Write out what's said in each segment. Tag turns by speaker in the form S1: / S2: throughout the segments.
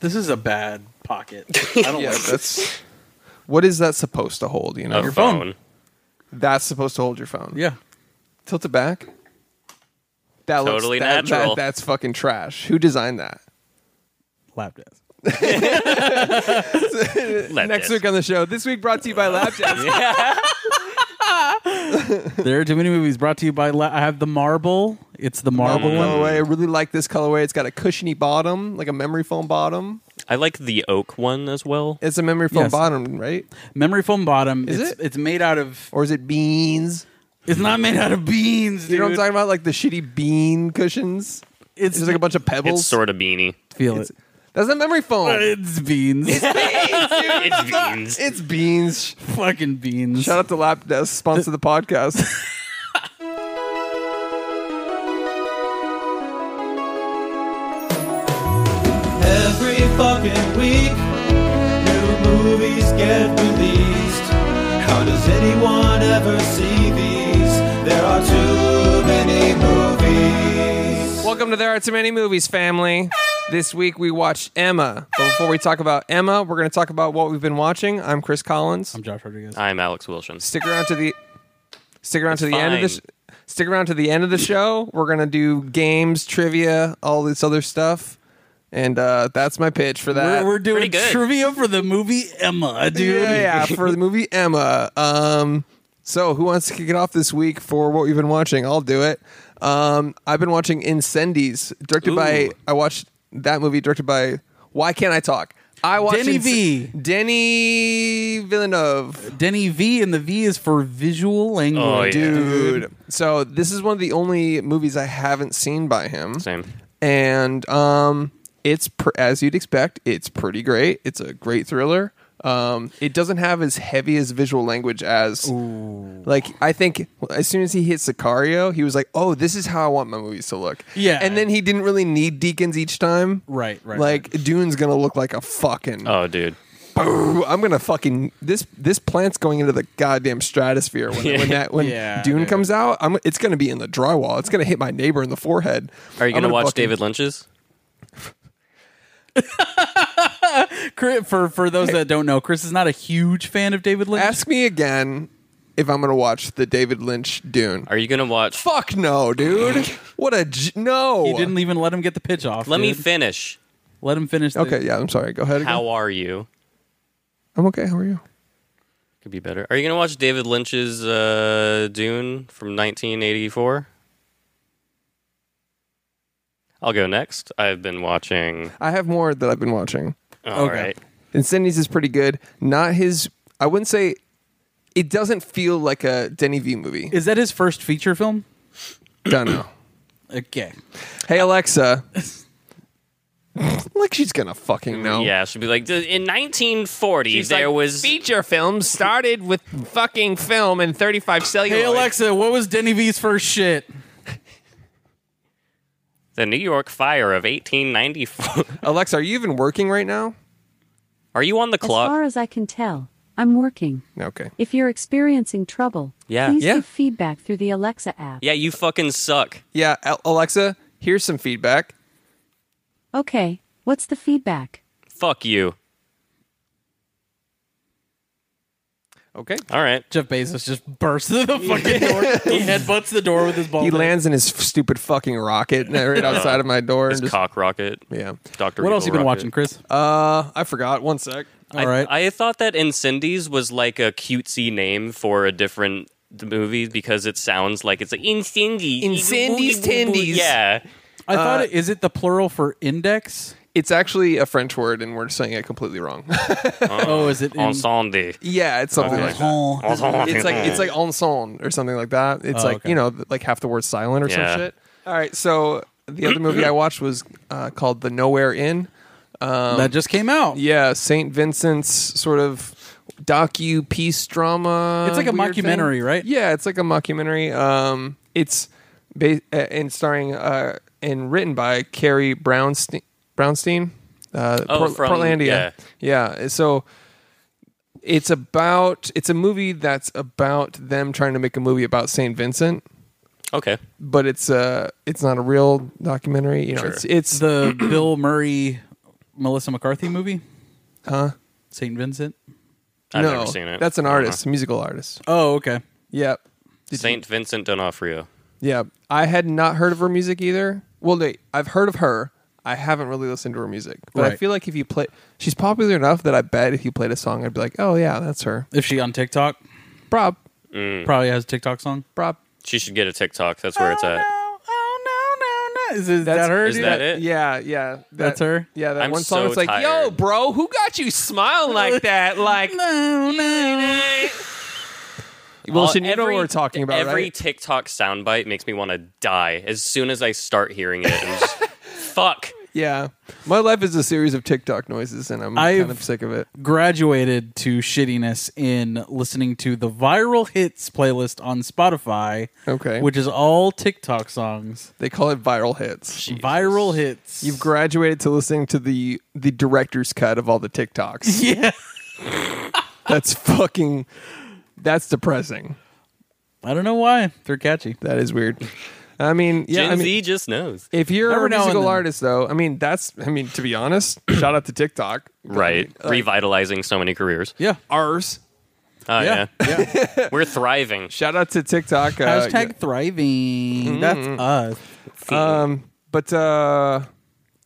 S1: This is a bad pocket. I don't
S2: yeah,
S1: like this.
S2: that's. What is that supposed to hold? You know,
S3: A
S1: Your phone.
S3: phone.
S2: that's supposed to hold your phone.
S1: Yeah.
S2: tilt it back. That
S3: Totally
S2: that- that-
S3: natural.
S2: that's fucking trash. Who designed that?
S1: Lap dance.
S3: Let
S2: Next
S3: this.
S2: week on the show. This week brought to you by Lapjazz.
S1: There are too many movies brought to you by. La- I have the marble. It's the marble one.
S2: colorway. I really like this colorway. It's got a cushiony bottom, like a memory foam bottom.
S3: I like the oak one as well.
S2: It's a memory foam
S1: Yes.
S2: bottom, right?
S1: Memory foam bottom.
S2: Is
S1: it's,
S2: it?
S1: It's made out of.
S2: Or is it beans?
S1: It's not made out of beans. Dude.
S2: You know what I'm talking about? Like the shitty bean cushions.
S1: It's
S2: It's just like a bunch of pebbles.
S3: It's sort of beanie.
S1: Feel
S2: it's-
S1: it.
S2: That's a memory foam.
S1: It's beans.
S3: It's beans.
S2: It's beans.
S1: fucking beans.
S2: Shout out to Lap Desk, sponsor the podcast.
S4: Every fucking week, new movies get released. How does anyone ever see these? There are too many movies.
S2: Welcome to There Are Too Many Movies, family. This week we watched Emma. But before we talk about Emma, we're going to talk about what we've been watching. I'm Chris Collins.
S1: I'm Josh Rodriguez.
S3: I'm Alex Wilson.
S2: Stick around to the stick around to the end of the
S3: fine.
S2: sh- stick around to the end of the show. We're going to do games, trivia, all this other stuff. And uh, that's my pitch for that.
S1: We're, we're doing
S3: Pretty good.
S1: trivia for the movie Emma, dude.
S2: Yeah, yeah, for the movie Emma. Um, so who wants to kick it off this week for what we've been watching? I'll do it. Um, I've been watching Incendies, directed by.
S3: Ooh.
S2: I watched that movie directed by. Why can't I talk? I watched
S1: Denny
S2: Inc-
S1: V.
S2: Denny Villeneuve,
S1: Denny V, and the V is for visual language.
S3: Oh, yeah.
S2: dude. So this is one of the only movies I haven't seen by him.
S3: Same.
S2: and um, it's pr- as you'd expect. It's pretty great. It's a great thriller. Um, it doesn't have as heavy as visual language as like I think as soon as he hit Sicario, he was like, "Oh, this is how I want my movies to look."
S1: Yeah.
S2: and then he didn't really need Deacons each time.
S1: Right, right,
S2: Like Dune's gonna look like a fucking.
S3: Oh, dude.
S2: "Boo, I'm gonna fucking this this plant's going into the goddamn stratosphere when, when that when
S1: Yeah,
S2: Dune
S1: dude.
S2: comes out. I'm it's gonna be in the drywall. It's gonna hit my neighbor in the forehead.
S3: Are you
S2: I'm
S3: gonna, watch
S2: fucking-
S3: David Lynch's?
S1: Chri- For for those that don't know, Chris is not a huge fan of David Lynch.
S2: Ask me again if I'm gonna watch the David Lynch Dune.
S3: Are you gonna watch?
S2: Fuck no, dude. What a j- no.
S1: He didn't even let him get the pitch off.
S3: Let me
S1: dude.
S3: finish.
S1: let him finish. The-
S2: Okay, yeah, I'm sorry. Go ahead. Again.
S3: How are you?
S2: I'm okay. How are you?
S3: Could be better. Are you gonna watch David Lynch's uh, Dune from 1984? I'll go next. I've been watching.
S2: I have more that I've been watching.
S3: All
S1: Okay.
S3: right.
S2: Incendies is pretty good. Not his. I wouldn't say. It doesn't feel like a Denny V movie.
S1: Is that his first feature film?
S2: Don't know.
S1: Okay.
S2: Hey Alexa. like she's gonna fucking know.
S3: Yeah, she'd be like, "D- in 1940,
S2: She's
S3: there
S2: like,
S3: was
S2: feature films started with fucking film and 35 celluloid.
S1: Hey Alexa, what was Denny V's first shit?
S3: the New York fire of 1894.
S2: Alexa, are you even working right now?
S3: Are you on the
S5: As
S3: clock?
S5: far as I can tell, I'm working.
S2: Okay.
S5: If you're experiencing trouble,
S3: Yeah.
S5: please
S2: Yeah.
S5: give feedback through the Alexa app.
S3: yeah, you fucking suck.
S2: Yeah, Al- Alexa, here's some feedback.
S5: Okay, what's the feedback?
S3: Fuck you.
S2: Okay.
S3: All right.
S1: Jeff Bezos just bursts through the fucking door. he headbutts the door with his ball.
S2: He lands in his f- stupid fucking rocket right outside of my door.
S3: It's
S2: And just,
S3: cock rocket.
S2: yeah.
S3: Doctor.
S1: What else you been watching, Chris?
S2: Uh, I forgot. One sec.
S1: All right.
S3: I, I thought that Incendies was like a cutesy name for a different th- movie because it sounds like it's like Incendies.
S2: Incendies, tendies.
S3: Yeah.
S1: I thought it, is it the plural for index?
S2: It's actually a French word, and we're saying it completely wrong.
S1: Oh, is it in-
S3: Ensemble.
S2: yeah, it's something like that.
S1: Oh,
S2: It's like it's like ensemble or something like that. It's
S1: Oh,
S2: like
S1: okay.
S2: you know, th- like half the word silent or
S3: Yeah.
S2: some shit. All right. So the other movie I watched was uh, called The Nowhere Inn.
S1: Um, that just came out.
S2: Yeah, Saint Vincent's sort of docu piece drama.
S1: It's like a
S2: weird thing.
S1: mockumentary, right?
S2: Yeah, it's like a mockumentary. Um, it's ba- uh, and starring uh, and written by Carrie Brownstein. Brownstein, uh,
S3: Oh,
S2: Port-
S3: from-
S2: Portlandia. Yeah. So it's about it's a movie that's about them trying to make a movie about Saint Vincent,
S3: Okay.
S2: but it's uh it's not a real documentary. You know,
S3: Sure.
S2: it's it's
S1: the Bill Murray Melissa McCarthy movie?
S2: Huh?
S1: St. Vincent?
S3: I've
S2: no,
S3: never seen it. Uh-huh.
S2: That's an
S3: I don't know.
S2: artist, a musical artist.
S1: Oh, okay.
S2: Yep. Did you-
S3: Saint Vincent D'Onofrio.
S2: Yeah, I had not heard of her music either. Well, wait, I've heard of her. I haven't really listened to her music, but I
S1: Right.
S2: feel like if you play, she's popular enough that I bet if you played a song, I'd be like, "Oh yeah, that's her."
S1: If she on TikTok,
S2: Rob,
S1: probably has a TikTok song.
S2: Rob,
S3: She should get a TikTok. That's Hmm. where it's at.
S1: Oh, oh no, no, no. Is, is
S2: That's-
S1: that her?
S3: Is
S1: dude?
S3: that it?
S2: yeah, yeah, that-
S1: That's her?
S2: Yeah, that
S3: I'm
S2: one song.
S3: so
S2: it's like, "Yo,
S3: tired."
S2: bro, who got you smiling like that?" Like,
S1: No, no.
S2: well,
S3: All-
S2: she you know what
S3: every-
S2: we're talking about,
S3: Every
S2: right?
S3: TikTok soundbite makes me want to die as soon as I start hearing it. I'm just, fuck.
S2: Yeah, my life is a series of TikTok noises, and I'm
S1: I've-
S2: kind of sick of it.
S1: Graduated to shittiness in listening to the viral hits playlist on Spotify,
S2: Okay,
S1: which is all TikTok songs.
S2: they call it viral hits.
S1: Viral hits.
S2: You've graduated to listening to the the director's cut of all the TikToks.
S1: yeah.
S2: That's fucking. That's depressing.
S1: I don't know why they're catchy.
S2: That is weird. I mean, yeah. I
S3: Gen
S2: mean,
S3: Z just knows.
S2: if you're
S1: Every
S2: a
S1: now and
S2: musical
S1: then.
S2: artist, though, I mean, that's. I mean, to be honest, shout out to TikTok. Uh,
S3: Right. Revitalizing so many careers.
S1: Yeah.
S2: Ours.
S3: Oh,
S1: Yeah.
S3: yeah. We're thriving.
S2: Shout out to TikTok. Uh,
S1: Hashtag
S2: Mm-hmm.
S1: thriving. That's us.
S2: yeah. Um, but uh,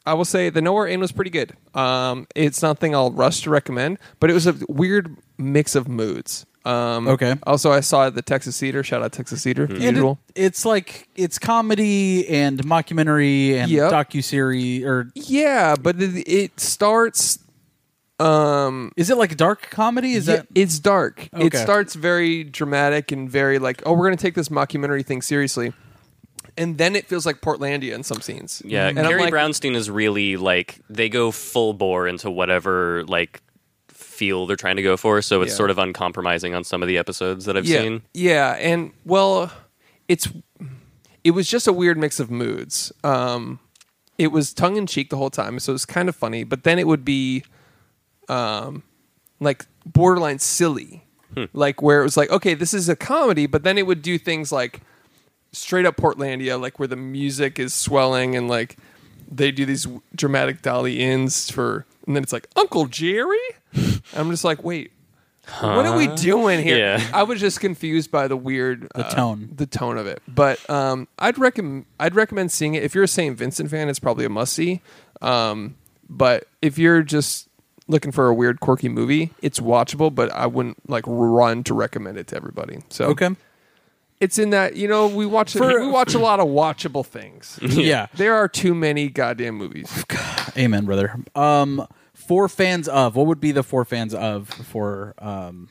S2: I will say the Nowhere In was pretty good. Um, it's nothing I'll rush to recommend, but it was a weird mix of moods. Um,
S1: Okay. Mm-hmm.
S2: Also, I saw it at the Texas Theater. Shout out Texas Theater. the
S1: And
S2: Usual.
S1: it- it's like it's comedy and mockumentary and
S2: Yep.
S1: docuseries or
S2: yeah, but it, it starts. Um,
S1: is it like dark comedy? Is
S2: Yeah,
S1: that
S2: it's dark. It
S1: Okay.
S2: starts very dramatic and very like, oh, we're gonna take this mockumentary thing seriously, and then it feels like Portlandia in some scenes.
S3: Yeah.
S2: and I'm
S3: Carrie
S2: like-
S3: Brownstein is really like, they go full bore into whatever, like, feel they're trying to go for. So it's
S2: Yeah.
S3: sort of uncompromising on some of the episodes that I've
S2: yeah,
S3: seen.
S2: yeah, and well, it's it was just a weird mix of moods. Um, it was tongue in cheek the whole time, so it was kind of funny, but then it would be, um, like borderline silly, like where it was like, okay, this is a comedy, but then it would do things like straight up Portlandia, like where the music is swelling and like they do these w- dramatic dolly ins for, and then it's like Uncle Jerry. I'm just like, wait, what are we doing here?
S3: Yeah.
S2: I was just confused by the weird the
S1: tone.
S2: the tone of it. But um, I'd recommend I'd recommend seeing it if you're a St. Vincent fan. It's probably a must see. Um, but if you're just looking for a weird quirky movie, it's watchable. But I wouldn't like run to recommend it to everybody. So
S1: okay?
S2: it's in that you know we watch
S1: For- Mhm.
S2: we watch a lot of watchable things.
S1: Yeah.
S2: there are too many goddamn
S1: Oh,
S2: movies.
S1: Amen, brother. Um, for fans of what would be the four fans of for um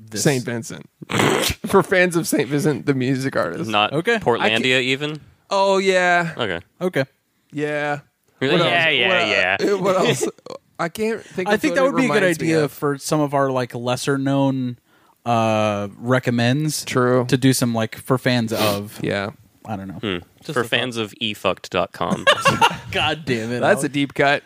S1: this
S2: St. Vincent for fans of St. Vincent, the music artist.
S3: Not
S1: Okay.
S2: I
S3: Portlandia, even.
S2: oh yeah,
S3: Okay.
S1: Okay.
S2: yeah.
S3: You're like, yeah, yeah,
S2: what, uh, what else? I can't think. Of
S1: I think that
S2: what it
S1: would be a good
S2: reminds me
S1: idea
S2: of.
S1: for some of our like lesser known uh recommends
S2: True.
S1: to do some like for fans of
S2: Yeah,
S1: I don't
S3: Hmm.
S1: know.
S3: For fans of E efucked.com.
S1: God damn it.
S2: that's a
S1: Alex.
S2: deep cut.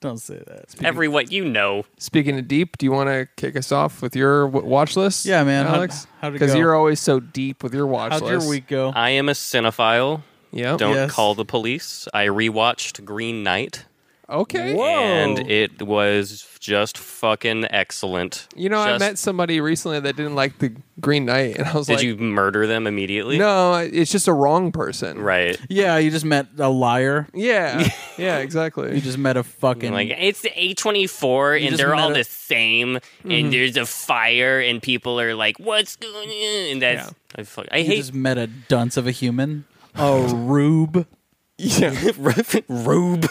S1: don't say that.
S3: Every what you know.
S2: Speaking of deep, do you want to kick us off with your w- watch list?
S1: Yeah, man. How'd-
S2: Alex,
S1: how'd it
S2: because
S1: go?
S2: you're always so deep with your watch
S1: How'd
S2: list.
S1: your week go?
S3: I am a cinephile.
S2: Yeah.
S3: Don't
S1: Yes.
S3: call the police. I rewatched Green Knight,
S2: Okay.
S1: Whoa.
S3: and it was just fucking excellent.
S2: You know, I
S3: Just-
S2: met somebody recently that didn't like the Green Knight, and I was
S3: Did
S2: like,
S3: you murder them immediately?
S2: "No, it's just a wrong person."
S3: Right.
S1: Yeah, you just met a liar.
S2: Yeah. yeah.
S1: You
S2: Exactly.
S1: just met a fucking
S3: Like it's the A twenty four, and
S1: just
S3: they're
S1: met
S3: all
S1: a- Mm-hmm.
S3: the same, and there's a fire, and people are like, "What's going on?" And that's I, fuck, I
S1: you
S3: hate
S1: just met a dunce of a human. A rube.
S2: yeah.
S3: Rube.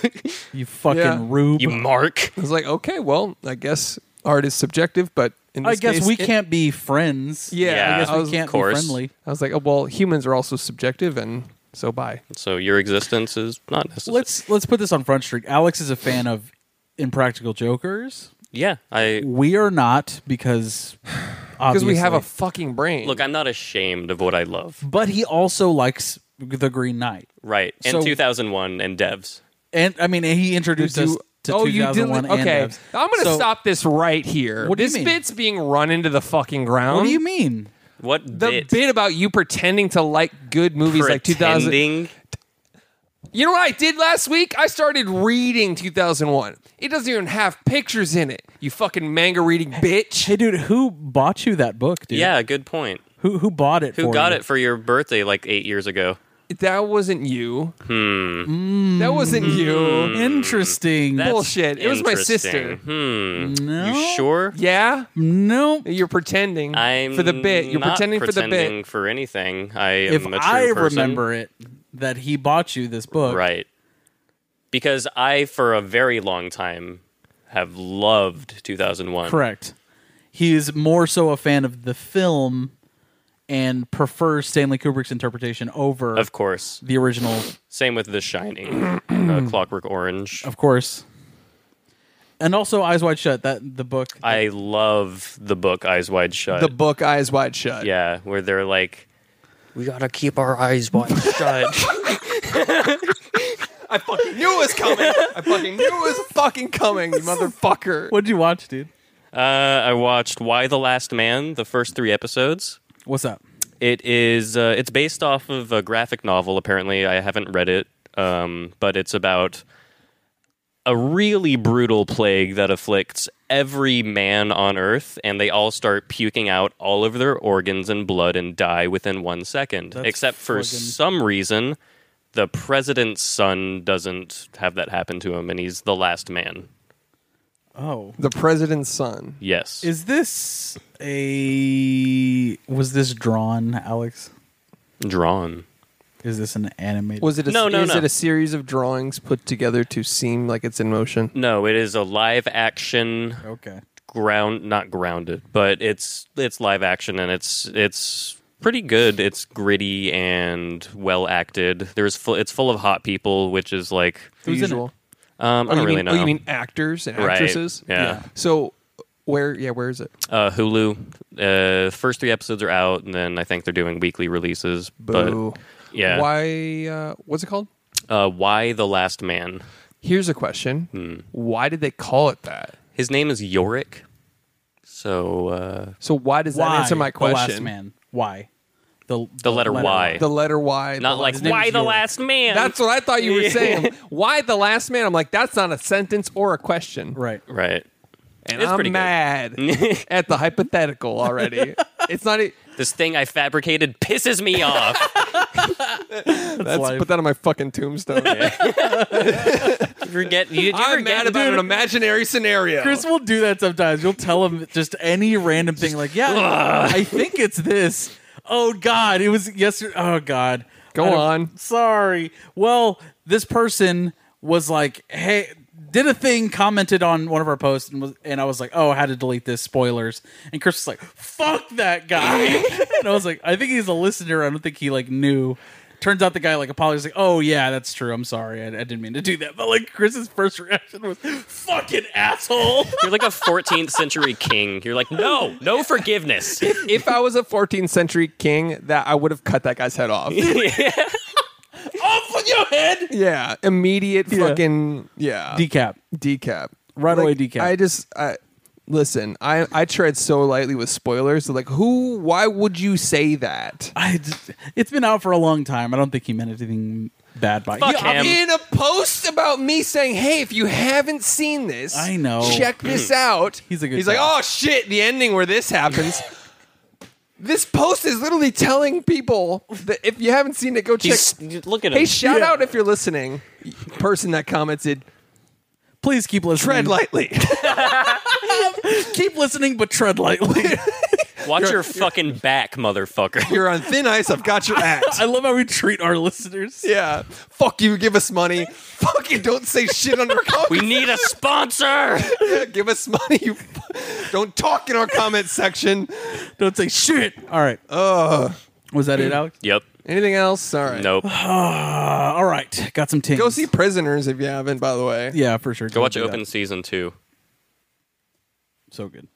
S1: You fucking
S2: Yeah.
S1: rube.
S3: you Mark.
S2: I was like, "Okay, well, I guess art is subjective, but in this
S1: I guess
S2: case,
S1: we
S2: it-
S1: can't be friends.
S2: Yeah,
S1: I
S3: Yeah.
S1: guess we
S2: was-
S1: can't
S3: of
S1: be
S3: course.
S1: friendly.
S2: I was like, oh, well, humans are also subjective, and so bye.
S3: So your existence is not necessary.
S1: Let's let's put this on front street. Alex is a fan of Impractical Jokers.
S3: yeah. I
S1: We are not because
S2: Because we have a
S1: obviously.
S2: fucking brain.
S3: look. I'm not ashamed of what I love.
S1: but he also likes the Green Knight,
S3: Right. And
S1: So-
S3: 2001 and devs.
S1: and I mean he introduced
S2: You-
S1: us to
S2: oh, you did.
S1: 2001. and
S2: Okay,
S1: Devs.
S2: I'm gonna
S1: So,
S2: stop this right here.
S1: What do you
S2: this
S1: mean?
S2: bit's being run into the fucking ground.
S1: What do you mean?
S3: What
S2: The bit about you pretending to like good movies like 2000.
S3: pretending
S2: You know what I did last week? I started reading 2001. It doesn't even have pictures in it. You fucking manga reading bitch.
S1: Hey, dude, who bought you that book, dude?
S3: Yeah, good point.
S1: Who who bought it?
S3: Who
S1: for
S3: got
S1: you?
S3: it for your birthday like eight years ago?
S2: That wasn't you. Hmm. That wasn't
S3: Hmm.
S2: you.
S1: Interesting.
S3: That's
S2: Bullshit. It was my sister.
S3: interesting. Hmm.
S1: no.
S3: You sure?
S2: Yeah,
S1: No.
S2: you're pretending
S3: I'm
S2: for the bit. You're
S3: not
S2: pretending, for the
S3: pretending
S2: bit.
S3: for anything. I am
S1: If
S3: a true
S1: I
S3: person.
S1: remember it, that he bought you this book.
S3: right, because I for a very long time have loved 2001.
S1: Correct. He is more so a fan of the film and prefers Stanley Kubrick's interpretation over
S3: Of course.
S1: the original,
S3: Same with The Shining, uh, Clockwork Orange.
S1: of course. And also Eyes Wide Shut, that the book.
S3: I love the book Eyes Wide Shut.
S2: The book Eyes Wide Shut.
S3: yeah, where they're like, we gotta keep our eyes wide shut.
S2: I fucking knew it was coming. I fucking knew it was fucking coming, you motherfucker.
S1: What'd you watch, dude?
S3: uh, I watched Why the Last Man, the first three episodes.
S1: What's up?
S3: It is uh, it's based off of a graphic novel. Apparently, I haven't read it, um, but it's about a really brutal plague that afflicts every man on Earth, and they all start puking out all of their organs and blood and die within one second.
S1: That's
S3: Except for
S1: friggin-
S3: some reason, the president's son doesn't have that happen to him, and he's the last man.
S1: Oh.
S2: The president's son.
S3: Yes,
S1: Is this a was this drawn, Alex?
S3: drawn.
S1: Is this an animated?
S2: Was it a,
S3: No, no,
S2: is
S3: no.
S2: it a series of drawings put together to seem like it's in motion?
S3: No, it is a live action
S1: okay.
S3: ground not grounded but it's it's live action and it's it's pretty good it's gritty and well acted there's full, it's full of hot people which is like
S2: The
S1: Who's in it?
S2: usual.
S3: um, i don't
S2: Oh, you
S3: really
S2: mean,
S3: know
S2: you mean actors and
S3: Right.
S2: actresses?
S3: Yeah.
S2: So where? Yeah, where is it?
S3: uh, hulu uh, first three episodes are out and then i think they're doing weekly releases
S2: Boo.
S3: but yeah
S2: Why? Uh, what's it called?
S3: uh, why the last man
S2: Here's a question.
S3: Hmm.
S2: Why did they call it that?
S3: his name is yorick so uh,
S2: So why does that answer my question?
S1: The last man. Why? The the,
S3: letter Y.
S2: The letter Y.
S3: not
S2: the
S3: like
S2: last-
S3: why the
S1: Yorick.
S3: last man
S2: That's what I thought you were saying. Why the last man? I'm like, that's not a sentence or a question.
S1: Right.
S3: right
S2: And
S3: It's
S2: I'm
S3: pretty good.
S2: mad at the hypothetical already. it's not. e-
S3: this thing i fabricated pisses me off
S2: That's,
S1: life.
S2: put that on my fucking tombstone.
S3: forget you, did you ever
S2: I'm
S3: get-
S2: mad about an imaginary scenario.
S1: Chris will do that sometimes. You'll tell him just any random thing, like, yeah, I think it's this. Oh God, it was yesterday. Oh God,
S2: Go
S1: I don't-
S2: on.
S1: Sorry. Well, this person was like, hey. Did a thing, commented on one of our posts, and was and I was like, "Oh, I had to delete this." Spoilers. And Chris was like, "Fuck that guy," and I was like, "I think he's a listener. I don't think he like knew." Turns out the guy like apologized, like, "Oh yeah, that's true. I'm sorry. I, I didn't mean to do that." But like Chris's first reaction was, "Fucking asshole."
S3: You're like a 14th century king. You're like, no, no forgiveness.
S2: if I was a 14th century king, that I would have cut that guy's head off.
S1: off with your head.
S2: yeah, immediate fucking yeah.
S1: Decap.
S2: decap.
S1: Right
S2: Like,
S1: away, decap.
S2: I just I, listen. I I tread so lightly with spoilers. So like, who? Why would you say that?
S1: I just, it's been out for a long time. I don't think he meant anything bad by
S3: Fuck
S1: it.
S3: him.
S2: In a post about me saying, "Hey, if you haven't seen this,
S1: I know.
S2: Check this out."
S1: He's a good
S2: He's
S1: guy.
S2: like, "Oh shit, the ending where this happens." this post is literally telling people that if you haven't seen it, go check.
S3: He's, look at him.
S2: Hey, shout out if you're listening, person that commented.
S1: Please keep listening.
S2: Tread lightly.
S1: Keep listening, but tread lightly.
S3: Watch your fucking back, motherfucker.
S2: You're on thin ice. I've got your act.
S1: I love how we treat our listeners.
S2: Yeah. Fuck you. Give us money. Fuck you. Don't say shit on our
S3: We
S2: comments.
S3: need a sponsor.
S2: give us money. You f- don't talk in our comment section.
S1: Don't say shit. All right. Uh, was that it, Alex?
S3: Yep.
S2: Anything else? All right.
S3: Nope.
S1: Uh, all right. Got some tings.
S2: Go see Prisoners if you haven't. By the way.
S1: Yeah, for sure.
S3: Go watch
S1: do that.
S3: Open Season 2.
S1: So good.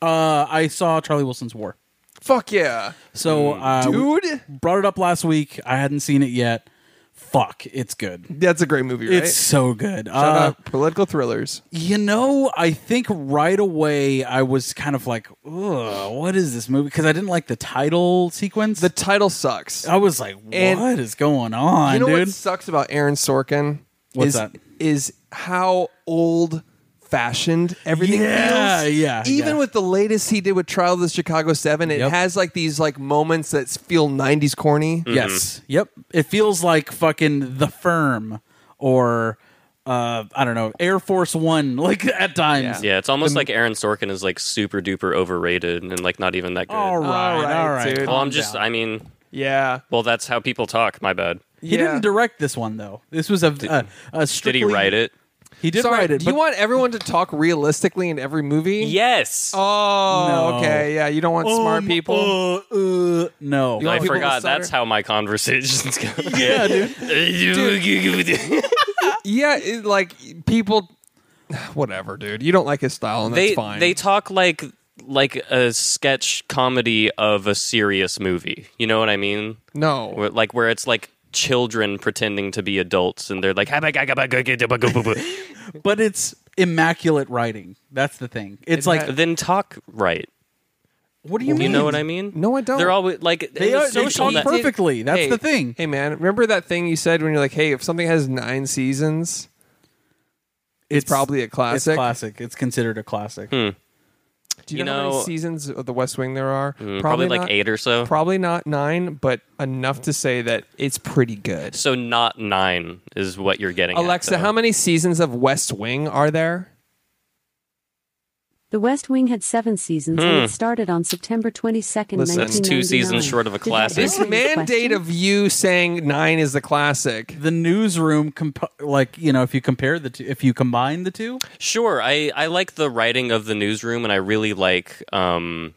S1: Uh, I saw Charlie Wilson's War.
S2: Fuck yeah,
S1: So uh,
S3: Mm.
S2: dude.
S1: brought it up last week. I hadn't seen it yet. fuck, it's good.
S2: That's a great movie, right?
S1: It's so good.
S2: Shout
S1: Uh,
S2: out political thrillers.
S1: You know, I think right away I was kind of like, Ugh, what is this movie? Because I didn't like the title sequence.
S2: The title sucks.
S1: I was like, what is
S2: And-
S1: going on,
S2: you know
S1: Oh, dude?
S2: what sucks about Aaron Sorkin?
S1: What's
S2: is,
S1: that?
S2: is how old fashioned everything
S1: Yeah,
S2: feels.
S1: yeah,
S2: Even
S1: yeah.
S2: with the latest he did with Trial of the Chicago Seven, it
S1: Yep.
S2: has like these like moments that feel '90s corny.
S3: Mm-hmm.
S1: Yes. Yep. It feels like fucking the firm or uh I don't know, Air Force 1 like at times.
S3: Yeah, it's almost like Aaron Sorkin is like super duper overrated and like not even that good.
S1: All Oh, right. All right.
S2: right, dude.
S3: well, I'm
S1: calm
S3: just,
S1: down.
S3: I mean,
S2: Yeah,
S3: well, that's how people talk. My bad.
S1: He
S2: Yeah.
S1: didn't direct this one though. This was a a, a
S3: Did
S1: strictly,
S3: he write it?
S1: He did
S2: Sorry,
S1: write it.
S2: do
S1: But
S2: you want everyone to talk realistically in every movie?
S3: Yes.
S2: Oh,
S1: No.
S2: okay. Yeah, you don't want smart
S1: Um,
S2: people.
S1: Uh, uh, no.
S2: You
S3: I
S2: want people
S3: forgot.
S2: with
S3: That's
S2: cider?
S3: how my conversations go.
S1: yeah, dude.
S3: dude.
S2: Yeah, it, like people. Whatever, dude. You don't like his style, and
S3: they
S2: that's fine.
S3: they talk like like a sketch comedy of a serious movie. You know what I mean?
S2: no.
S3: Where, like where it's like children pretending to be adults and they're like
S1: But it's immaculate writing. That's the thing. It's like
S3: then talk right.
S1: what do you
S3: You,
S1: mean?
S3: know what I mean?
S2: No, I don't.
S3: They're always like
S1: They
S3: in
S1: are they
S3: social
S1: talk
S3: net-
S1: perfectly. That's
S2: Hey,
S1: the thing.
S2: Hey, man, remember that thing you said when you're like, "Hey, if something has nine seasons,
S1: It's,
S2: probably a
S1: it's
S2: classic."
S1: classic. It's considered a classic.
S2: Do you,
S3: You
S2: know, how
S3: know-
S2: many seasons of The West Wing there are?
S3: Mm, probably, like
S2: not-
S3: eight or so.
S2: Probably not nine, but enough to say that it's pretty good.
S3: so not nine is what you're getting.
S2: Alexa,
S3: at,
S2: how
S3: much?
S2: many seasons of West Wing are there?
S5: The West Wing had seven seasons and it started on September 22nd,
S2: Listen, that's
S3: Hmm. two
S5: 1999.
S3: seasons short of a
S5: Did that
S3: classic.
S5: answer
S2: This
S5: your
S2: mandate
S5: question?
S2: of you saying nine is the classic.
S1: the newsroom comp- like you know if you compare the two if you combine the two
S3: Sure, I I like the writing of the newsroom, and I really like um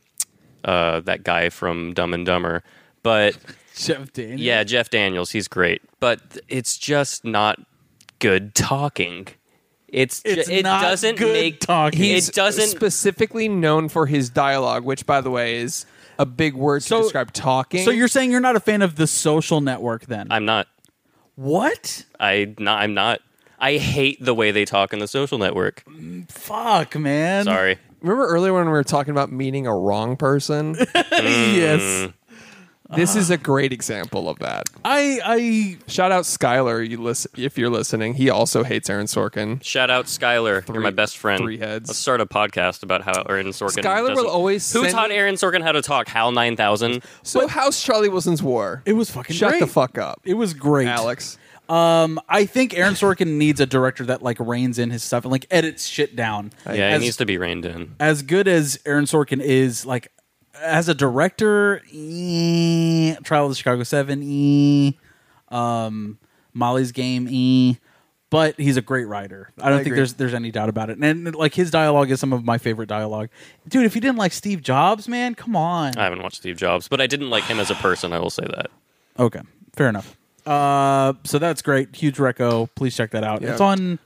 S3: uh that guy from Dumb and Dumber, but.
S1: jeff daniels
S3: Yeah, Jeff Daniels, he's great, but th- it's just not good talking. It's, ju-
S1: It's
S3: it
S1: not
S3: doesn't
S1: good
S3: make
S1: talking.
S2: He's
S3: It doesn't.
S2: specifically known for his dialogue, which, by the way, is a big word to
S1: So-
S2: describe talking.
S1: so you're saying you're not a fan of the social network then
S3: I'm not.
S1: what
S3: I not. I'm not. I hate the way they talk in the social network.
S1: fuck man
S3: Sorry.
S2: remember earlier when we were talking about meeting a wrong person.
S3: Mm.
S1: yes
S2: this is a great example of that.
S1: i i
S2: Shout out Skylar, you listen if you're listening. He also hates Aaron Sorkin.
S3: Shout out Skylar. You're my best friend.
S2: three heads.
S3: Let's start a podcast about how Aaron Sorkin.
S2: Skylar will
S3: doesn't-
S2: always
S3: Who
S2: send
S3: taught
S2: me-
S3: Aaron Sorkin how to talk? Hal nine thousand.
S2: So how's Charlie Wilson's War?
S1: it was fucking
S2: Shut
S1: great.
S2: the fuck up,
S1: it was great
S2: Alex.
S1: um i think aaron sorkin needs a director that like reins in his stuff and like edits shit down
S3: Yeah,
S1: as,
S3: it needs to be reined in.
S1: as good as aaron sorkin is like as a director eh, trial of the chicago 7 eh, um, Molly's Game, e, but he's a great writer. I don't think
S2: agree.
S1: there's there's any doubt about it. And, like his dialogue is some of my favorite dialogue. Dude, if you didn't like Steve Jobs, man, come on.
S3: I haven't watched Steve Jobs, but I didn't like him as a person. I will say that.
S1: Okay, fair enough. Uh, so that's great. Huge reco. Please check that out.
S2: Yeah.
S1: It's on.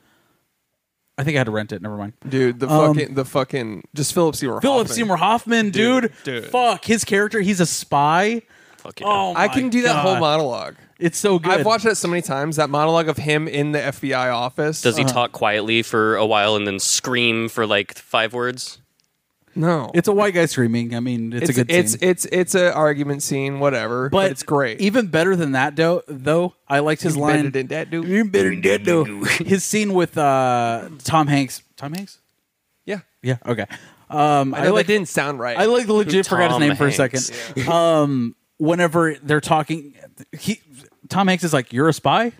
S1: I think I had to rent it. Never mind.
S2: Dude, the
S1: Um,
S2: fucking the fucking just Philip Seymour.
S1: Philip
S2: Hoffman.
S1: Seymour Hoffman, dude,
S2: Dude, dude.
S1: Fuck his character. He's a spy.
S3: Fuck yeah.
S1: Oh,
S2: I
S1: my
S2: can do that whole
S1: God.
S2: monologue.
S1: It's so good.
S2: I've watched that so many times. That monologue of him in the FBI office.
S3: Does he talk quietly for a while and then scream for like five words?
S2: no?
S1: It's a white guy screaming. I mean, it's, a good.
S2: It's
S1: scene.
S2: it's it's an argument scene, whatever. But, it's great.
S1: Even better than that, though. Though I liked his
S2: You
S1: line.
S2: better than that, dude.
S1: You better than that, though. His scene with uh, Tom Hanks. Tom Hanks.
S2: yeah,
S1: Yeah. Okay. Um,
S2: I know
S1: like.
S2: that didn't sound right.
S1: I like legit forgot his
S3: Tom
S1: name for a
S3: Hanks.
S1: second. Um, whenever they're talking, he Tom Hanks is like, "You're a spy."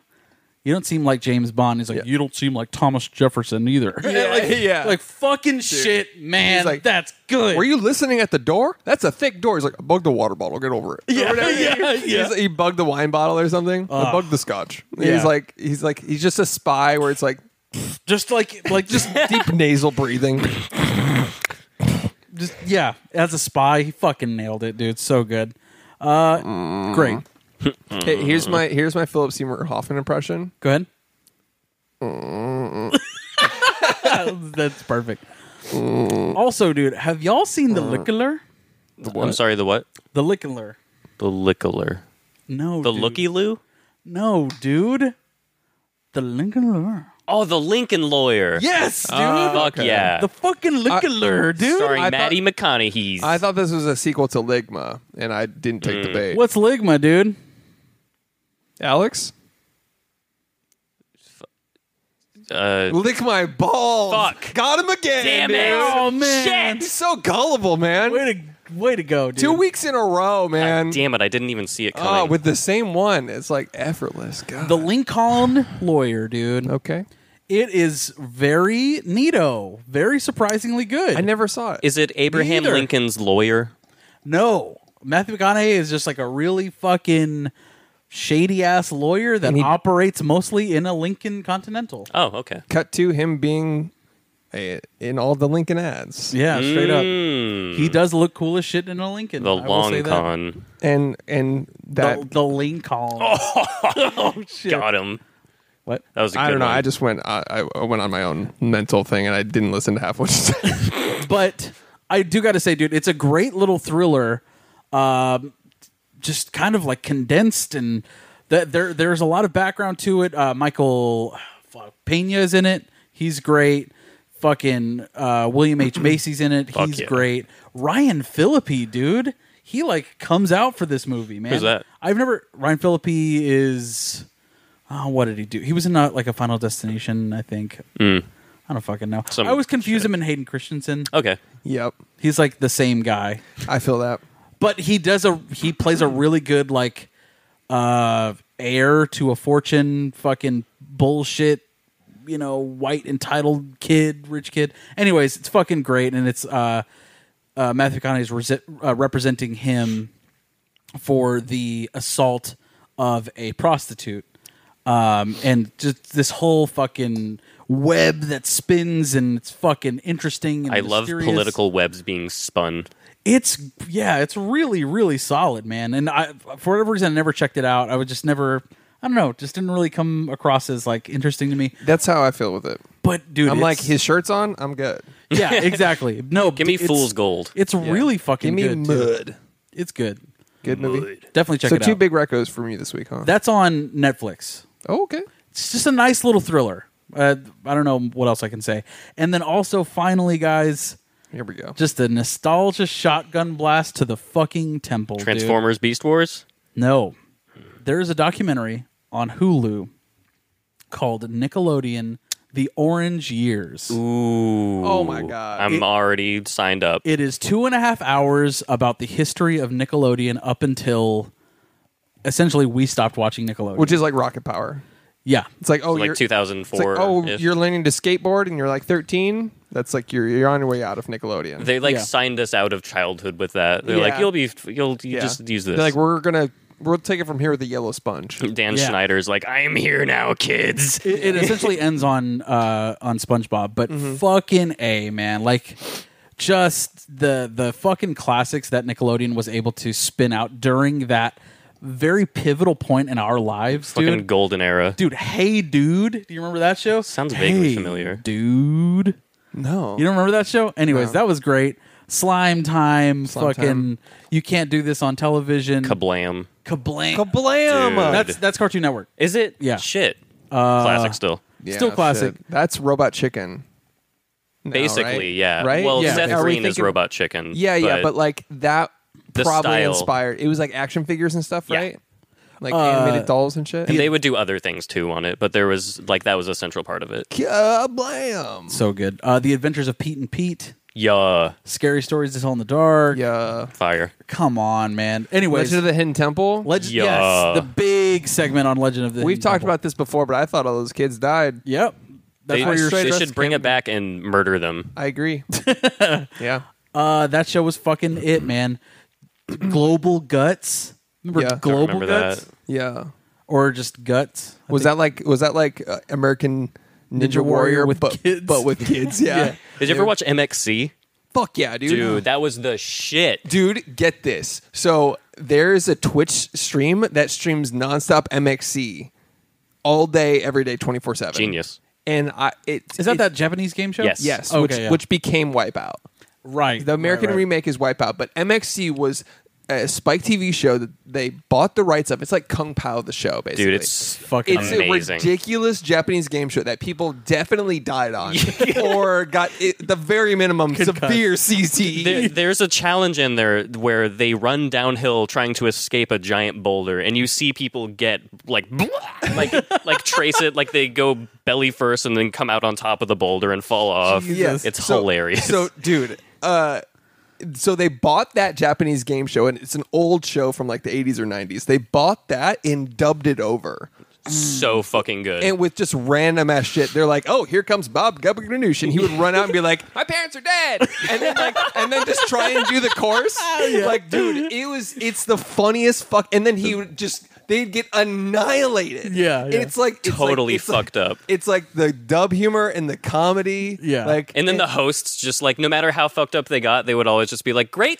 S1: You don't seem like James Bond. He's like, you don't seem like Thomas Jefferson either.
S2: Yeah,
S1: like,
S2: yeah.
S1: like fucking shit, man.
S2: He's like,
S1: that's good.
S2: Were you listening at the door? That's a thick door. He's like, I bugged the water bottle. Get over it. Or
S1: Yeah,
S2: whatever.
S1: yeah,
S2: He's-
S1: yeah.
S2: He bugged the wine bottle or something. I bugged the scotch.
S1: Yeah.
S2: He's like, he's like, he's just a spy where it's like
S1: just like like just
S2: deep nasal breathing.
S1: just yeah, as a spy, he fucking nailed it, dude. So good. Uh, great.
S2: Hey, here's my here's my Philip Seymour Hoffman impression.
S1: Go ahead. That's perfect. Also, dude, have y'all seen the Lickler?
S3: I'm sorry, the what?
S1: The Lickler.
S3: The Lickler.
S1: No,
S3: The
S1: dude.
S3: Looky Loo?
S1: No, dude. The Lincoln Lawyer.
S3: Oh, the Lincoln Lawyer. Ah,
S1: Yes,
S2: Uh,
S1: dude.
S3: Fuck yeah.
S1: the fucking Lincoln Lawyer, dude.
S3: Starring uh,
S2: I thought-
S3: Maddie McConaughey.
S2: I thought this was a sequel to Ligma, and I didn't take
S3: Mm.
S2: the bait.
S1: What's Ligma, dude?
S2: Alex?
S3: uh,
S2: Lick my balls.
S3: Fuck.
S2: Got him again.
S3: damn it!
S2: dude.
S1: Oh, man.
S2: He's
S3: Shit!
S2: so gullible, man.
S1: Way to way to go, dude.
S2: Two weeks in a row, man.
S3: Damn it! I didn't even see it coming.
S2: Oh, with the same one. It's like effortless. God.
S1: The Lincoln Lawyer, dude.
S2: okay.
S1: It is very neato, very surprisingly good.
S2: I never saw it.
S3: Is it Abraham
S1: Neither.
S3: Lincoln's lawyer?
S1: No, Matthew McConaughey is just like a really fucking shady ass lawyer that operates mostly in a Lincoln Continental.
S3: Oh, okay.
S2: Cut to him being eh, in all the Lincoln ads.
S1: Yeah, straight up.
S3: Mm,
S1: He does look cool as shit in a Lincoln.
S3: the
S1: I will say
S3: long
S1: that.
S3: con
S2: And and that
S1: The, the Lincoln.
S3: Oh,
S1: Oh,
S3: got him.
S1: What?
S3: That was. A good
S2: I don't know.
S3: One.
S2: I just went. I, I- I went on my own mental thing, and I didn't listen to half what you said.
S1: but I do got to say, dude, it's a great little thriller. Um, just kind of like condensed, and th- there there's a lot of background to it. Uh, Michael fuck, Pena is in it. He's great. Fucking uh, William H Macy's in it.
S3: Fuck
S1: He's
S3: yeah.
S1: great. Ryan Philippi, dude, he like comes out for this movie, man.
S3: Who's that?
S1: I've never. Ryan Philippi is. Oh, what did he do? He was in a, like a Final Destination, I think. I don't fucking know.
S3: Mm. Some Oh,
S1: I always confuse him and Hayden Christensen.
S3: okay.
S2: yep,
S1: He's like the same guy,
S2: I feel that.
S1: but he does a he plays a really good like uh heir to a fortune, fucking bullshit, you know, white entitled kid, rich kid. Anyways, it's fucking great, and it's uh, uh Matthew McConaughey is resi- uh, representing him for the assault of a prostitute. Um, and just this whole fucking web that spins and it's fucking interesting. And
S3: I love
S1: mysterious
S3: political webs being spun.
S1: it's yeah, it's really really solid, man. And I for whatever reason I never checked it out. I would just never I don't know, just didn't really come across as like interesting to me.
S2: That's how I feel with it.
S1: But dude,
S2: I'm like
S1: it's-
S2: his shirt's on. I'm good.
S1: yeah, exactly. No,
S3: Give me
S1: it's-
S3: fool's gold.
S1: It's really fucking
S2: Give me
S1: good. too.
S2: mud.
S1: It's good.
S2: Good movie.
S1: Definitely check
S2: so
S1: it
S2: two
S1: out.
S2: big recos for me this week, huh?
S1: That's on Netflix.
S2: oh, okay.
S1: It's just a nice little thriller. Uh, I don't know what else I can say. And then also finally, guys,
S2: Here we go.
S1: just a nostalgia shotgun blast to the fucking temple. dude.
S3: Transformers, Beast Wars.
S1: No. There is a documentary on Hulu called Nickelodeon The Orange Years.
S3: Ooh.
S2: Oh my God.
S3: I'm already signed up.
S1: It is two and a half hours about the history of Nickelodeon up until essentially we stopped watching Nickelodeon.
S2: Which is like rocket power.
S1: yeah.
S2: It's like oh,
S3: like
S2: you're, it's like,
S3: 2004.
S2: oh,
S3: -ish.
S2: you're learning to skateboard, and you're like 13. That's like you're you're on your way out of Nickelodeon.
S3: They like
S1: Yeah.
S3: signed us out of childhood with that. They're like,
S2: Yeah.
S3: you'll be, you'll you just use this.
S2: They're like we're gonna we'll take it from here with a yellow sponge.
S3: Dan
S1: Yeah.
S3: Schneider's like, I am here now, kids.
S1: It, it essentially ends on uh, on SpongeBob, but fucking a man, like just the the fucking classics that Nickelodeon was able to spin out during that very pivotal point in our lives, dude.
S3: Fucking golden era.
S1: dude. Hey, dude. Do you remember that show?
S3: Sounds vaguely
S1: Hey,
S3: familiar.
S1: dude.
S2: No,
S1: You don't remember that show? Anyways, that was great. Slime time. fucking.
S2: Time.
S1: You can't do this on television.
S3: Kablam.
S1: Kablam.
S2: kablam!
S3: Dude.
S1: That's that's Cartoon Network.
S3: Is it?
S1: Yeah.
S3: Shit.
S2: Uh,
S3: Classic still.
S2: Yeah,
S1: Still classic.
S2: shit. That's Robot Chicken. now,
S3: Basically,
S2: right?
S3: yeah.
S2: Right?
S3: Well,
S2: yeah.
S3: Seth
S2: Are we
S3: Green is
S2: thinking-
S3: Robot Chicken.
S2: Yeah, yeah, but, like that
S3: The
S2: probably
S3: style.
S2: inspired. It was like action figures and stuff,
S3: Yeah.
S2: right? Like animated dolls Uh, and shit.
S3: and they would do other things too on it, but there was like that was a central part of it.
S2: kablam!
S1: So good. Uh, the Adventures of Pete and Pete.
S3: Yeah,
S1: Scary stories to tell in the dark.
S2: Yeah.
S3: fire.
S1: Come on, man. Anyways,
S2: Legend of
S1: Legend.
S2: the Hidden Temple.
S3: Yeah.
S1: Yes, the big segment on Legend of the.
S2: We've
S1: Hidden
S2: talked
S1: Temple.
S2: about this before, but I thought all those kids died.
S1: Yep. That's
S3: They,
S1: why you're.
S2: straight
S3: they
S2: dressed
S3: should bring
S2: came-
S3: it back and murder them.
S2: I agree. yeah.
S1: Uh, that show was fucking it, man. Global guts. Remember
S2: Yeah. Don't
S1: Global
S3: Remember
S1: guts?
S3: that?
S2: Yeah.
S1: or just guts.
S2: Was that like was that like uh, American Ninja,
S1: Ninja Warrior
S2: Warrior
S1: with
S2: but,
S1: kids?
S2: but with kids? Yeah.
S3: Did you ever watch MXC?
S2: Fuck yeah, dude.
S3: Dude, that was the shit.
S2: Dude, get this. So there's a Twitch stream that streams nonstop MXC all day, every day, twenty four seven.
S3: Genius.
S2: And I it
S1: Is that
S2: it-
S1: that Japanese game show?
S3: Yes.
S2: yes,
S1: Okay,
S2: which
S1: yeah.
S2: which became Wipeout.
S1: right.
S2: The American
S1: right, right.
S2: remake is Wipeout, but MXC was a Spike TV show that they bought the rights of. It's like Kung Pao, the show, basically.
S3: Dude, it's
S1: Fucking
S3: fucking
S2: It's
S3: amazing.
S2: a ridiculous Japanese game show that people definitely died on or got at the very minimum severe E. CTE.
S3: there, there's a challenge in there where they run downhill trying to escape a giant boulder, and you see people get like, like, like trace it, like they go belly first and then come out on top of the boulder and fall off.
S2: Yes.
S3: It's
S2: So-
S3: hilarious.
S2: So, dude, uh, so they bought that Japanese game show, and it's an old show from like the 80s or 90s. They bought that and dubbed it over.
S3: so fucking good.
S2: And with just random ass shit, they're like, "Oh, here comes Bob Gubernouche," and he would run out and be like, "My parents are dead," and then like, and then just try and do the course.
S1: Oh,
S2: Like, dude, it was it's the funniest fuck. And then he would just they'd get annihilated.
S1: Yeah,
S2: And
S1: yeah.
S2: it's like it's like-
S3: Totally
S2: it's like-
S3: fucked up.
S2: It's like the dub humor and the comedy.
S1: Yeah.
S2: like
S3: and then the hosts just like no matter how fucked up they got, they would always just be like, "Great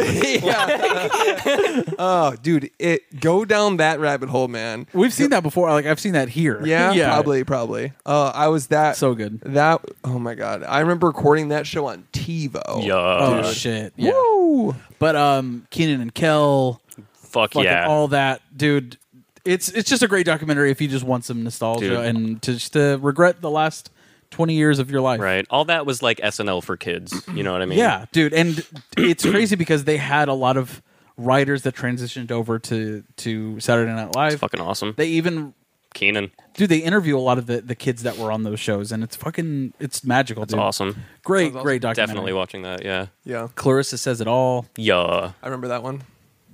S2: yeah. oh, dude, it go down that rabbit hole, man.
S1: We've seen that before. Like I've seen that here.
S2: Yeah, probably, probably. Uh, I was that
S1: So good.
S2: That oh my god, I remember recording that show on TiVo.
S3: Yeah.
S1: Oh shit. Yeah.
S2: Woo.
S1: But um, Keenan and Kel,
S3: Fuck
S1: fucking
S3: yeah.
S1: all that, dude. It's it's just a great documentary if you just want some nostalgia
S3: Dude.
S1: and to just to regret the last twenty years of your life.
S3: right. All that was like SNL for kids. You know what I mean?
S1: Yeah, dude, and it's crazy because they had a lot of writers that transitioned over to to Saturday Night Live.
S3: Fucking awesome.
S1: They even
S3: Keenan.
S1: dude, they interview a lot of the the kids that were on those shows, and it's fucking it's magical. It's
S3: Awesome.
S1: Great,
S2: Sounds awesome.
S1: great documentary.
S3: Definitely watching that. Yeah.
S2: Yeah,
S1: Clarissa says it all,
S3: Yeah.
S2: I remember that one.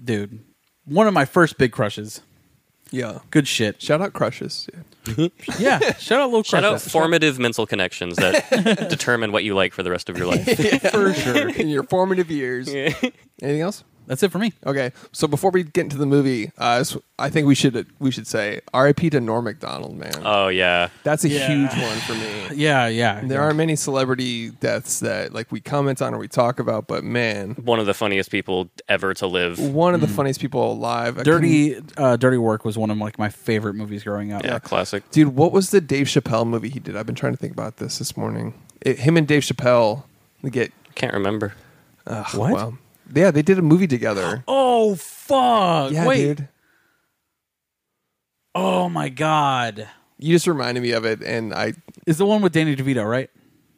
S1: dude. One of my first big crushes.
S2: Yeah.
S1: Good shit.
S2: Shout out crushes. Yeah.
S1: Yeah, shout out little
S3: Shout out
S1: crushes
S3: formative mental connections that determine what you like for the rest of your life.
S1: for sure.
S2: In your formative years. Anything else?
S1: That's it for me.
S2: Okay, so before we get into the movie, uh, s- I think we should we should say R.I.P. to Norm Macdonald, man.
S3: oh yeah.
S2: That's a
S1: Yeah.
S2: huge one for me.
S1: Yeah, yeah.
S2: There are many celebrity deaths that like we comment on or we talk about, but man,
S3: One of the funniest people ever to live.
S2: one of the funniest people alive. A com-
S1: Dirty uh, Dirty Work was one of like my favorite movies growing up.
S3: Yeah, classic.
S2: dude. What was the Dave Chappelle movie he did? I've been trying to think about this this morning. It, him and Dave Chappelle they get
S3: Can't remember.
S2: ugh,
S1: What?
S2: wow. Yeah, they did a movie together.
S1: Oh fuck.
S2: yeah,
S1: Wait.
S2: dude.
S1: Oh my god.
S2: You just reminded me of it, and I
S1: Is the one with Danny DeVito, right?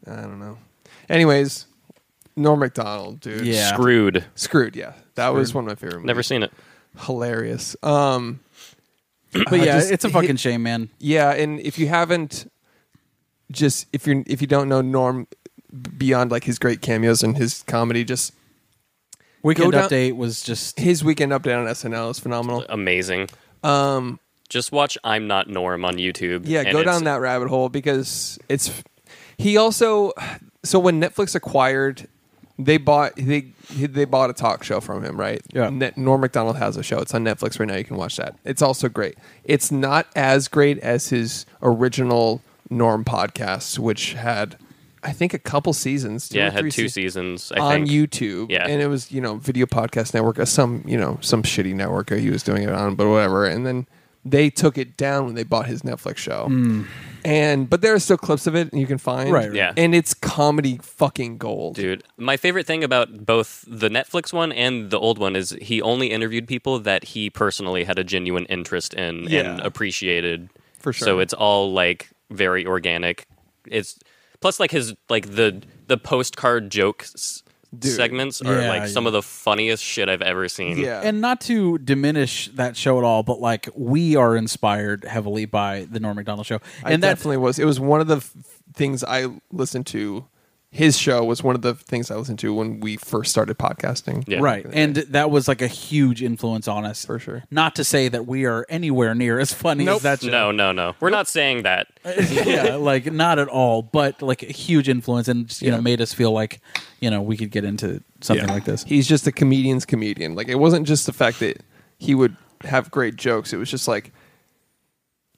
S2: I don't know. Anyways, Norm Macdonald, dude.
S1: Yeah.
S3: Screwed.
S2: Screwed. Yeah, that was one of my favorite. Movies.
S3: Never seen it.
S2: hilarious. Um,
S1: But yeah,
S2: Uh, just
S1: it's a
S2: hit-
S1: fucking shame, man.
S2: Yeah, and if you haven't, just if you're if you don't know Norm b- beyond like his great cameos and his comedy, just
S1: Weekend
S2: down-
S1: Update was just
S2: his weekend update on SNL is phenomenal.
S3: Amazing.
S2: Um,
S3: Just watch I'm Not Norm on YouTube.
S2: yeah,
S3: and
S2: go
S3: it's-
S2: down that rabbit hole because it's he also so when Netflix acquired they bought they they bought a talk show from him, right?
S1: Yeah.
S2: Net, Norm Macdonald has a show. It's on Netflix right now. You can watch that. It's also great. It's not as great as his original Norm podcast, which had I think a couple seasons. Two
S3: Yeah,
S2: or
S3: it had
S2: three
S3: two
S2: seasons
S3: seasons. I
S2: on
S3: think.
S2: YouTube.
S3: Yeah.
S2: And it was, you know, Video Podcast Network, uh, some, you know, some shitty network uh, he was doing it on, but whatever. And then they took it down when they bought his Netflix show. And but there are still clips of it and you can find.
S1: Hmm. Right, right.
S3: Yeah.
S2: And it's comedy fucking gold.
S3: Dude, my favorite thing about both the Netflix one and the old one is he only interviewed people that he personally had a genuine interest in
S2: Yeah.
S3: and appreciated.
S2: For sure.
S3: So it's all like very organic. It's plus like his like the the postcard jokes
S2: Dude.
S3: segments are
S1: Yeah,
S3: like some
S1: yeah.
S3: of the funniest shit I've ever seen.
S2: Yeah.
S1: and not to diminish that show at all, but like we are inspired heavily by the Norm Macdonald show.
S2: I
S1: And that's
S2: definitely was. It was one of the f- things I listened to. His show was one of the things I listened to when we first started podcasting.
S3: Yeah.
S1: right. And that was like a huge influence on us.
S2: For sure.
S1: Not to say that we are anywhere near as funny
S2: Nope.
S1: as that show.
S3: No, no, no. We're not saying that.
S1: yeah, like not at all, but like a huge influence and just, you know made us feel like you know we could get into something like this.
S2: He's just a comedian's comedian. Like it wasn't just the fact that he would have great jokes. It was just like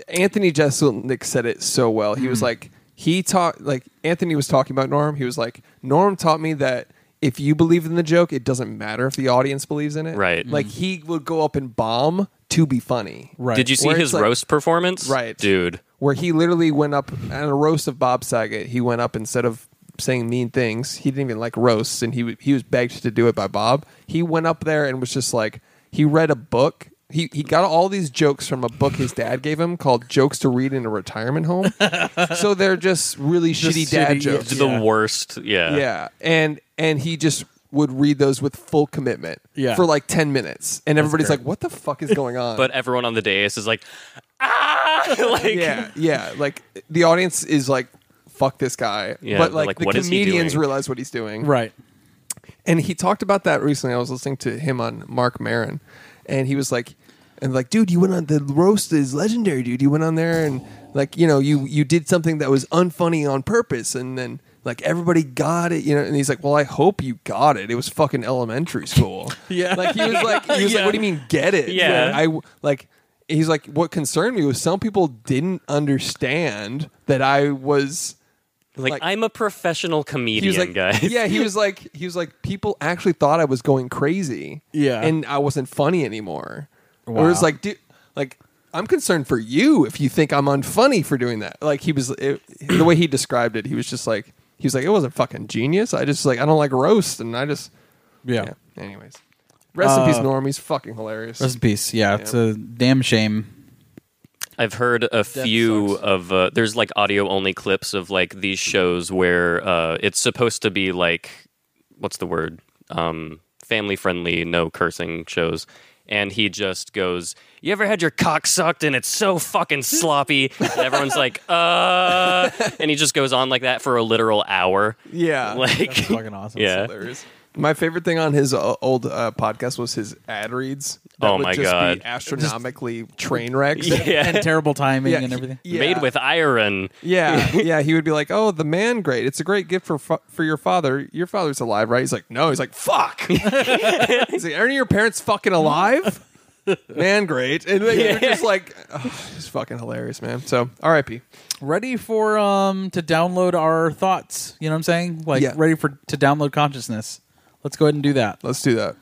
S2: Anthony Jeselnik said it so well. He was like he taught like Anthony was talking about Norm. He was like Norm taught me that if you believe in the joke, it doesn't matter if the audience believes in it.
S3: Right.
S2: Like he would go up and bomb to be funny.
S1: Right.
S3: Did you see
S2: Where it's
S3: his
S2: like-
S3: roast performance?
S2: Right.
S3: Dude.
S2: Where he literally went up on a roast of Bob Saget. He went up instead of saying mean things. He didn't even like roasts, and he w- he was begged to do it by Bob. He went up there and was just like he read a book. He, he got all these jokes from a book his dad gave him called "Jokes to Read in a Retirement Home." so they're just really shitty dad
S1: shitty-
S2: jokes.
S3: the
S1: Yeah.
S3: worst. Yeah.
S2: Yeah, and and he just would read those with full commitment
S1: Yeah.
S2: for like 10 minutes and everybody's like what the fuck is going on
S3: But everyone on the dais is like, ah, like
S2: yeah yeah like the audience is like fuck this guy
S3: Yeah,
S2: but
S3: they're
S2: like,
S3: like,
S2: the
S3: "What is he
S2: comedians
S3: doing?"
S2: realize what he's doing
S1: Right.
S2: and he talked about that recently i was listening to him on mark marin and he was like and like dude you went on the roast is legendary dude you went on there and like you know you you did something that was unfunny on purpose and then like everybody got it you know and he's like well i hope you got it it was fucking elementary school
S1: Yeah.
S2: like he was like he was
S1: Yeah.
S2: like what do you mean get it
S3: Yeah.
S2: Like, i w- like he's like what concerned me was some people didn't understand that i was
S3: like,
S2: Like-
S3: I'm a professional comedian,
S2: he was like,
S3: guys.
S2: yeah, he was like, he was like, people actually thought I was going crazy,
S1: Yeah.
S2: and I wasn't funny anymore. Or it was like, dude, like I'm concerned for you if you think I'm unfunny for doing that. Like he was it, the way he described it, he was just like, he was like, it wasn't fucking genius. I just like, I don't like roast, and I just,
S1: Yeah.
S2: yeah. Anyways, rest in peace,
S3: Uh,
S2: Norm. He's fucking hilarious.
S1: Rest in peace. Yeah, it's a damn shame.
S3: I've heard a few
S1: sucks.
S3: of uh, there's like audio only clips of like these shows where uh, it's supposed to be like what's the word um, family friendly, no cursing shows, and he just goes, "You ever had your cock sucked and it's so fucking sloppy?" And everyone's like, "Uh," and he just goes on like that for a literal hour.
S2: Yeah.
S3: like
S1: Fucking awesome.
S3: yeah.
S2: Hilarious. My favorite thing on his uh, old uh, podcast was his ad reads. That
S3: Oh
S2: would
S3: my
S2: just
S3: God.
S2: Be astronomically train wrecks.
S3: Yeah.
S1: And terrible timing and
S2: he-
S1: everything.
S2: yeah.
S3: Made with iron.
S2: Yeah, yeah. He would be like, "Oh, the man, great. It's a great gift for fa- for your father. Your father's alive, right?" He's like, "No." He's like, "Fuck." He's like, "Aren't your parents fucking alive?" Man, great. And then you're just like, oh, "It's fucking hilarious, man." So, R.I.P.
S1: Ready for um to download our thoughts. You know what I'm saying? Like
S2: Yeah.
S1: ready for to download consciousness. Let's go ahead and do that.
S2: Let's do that.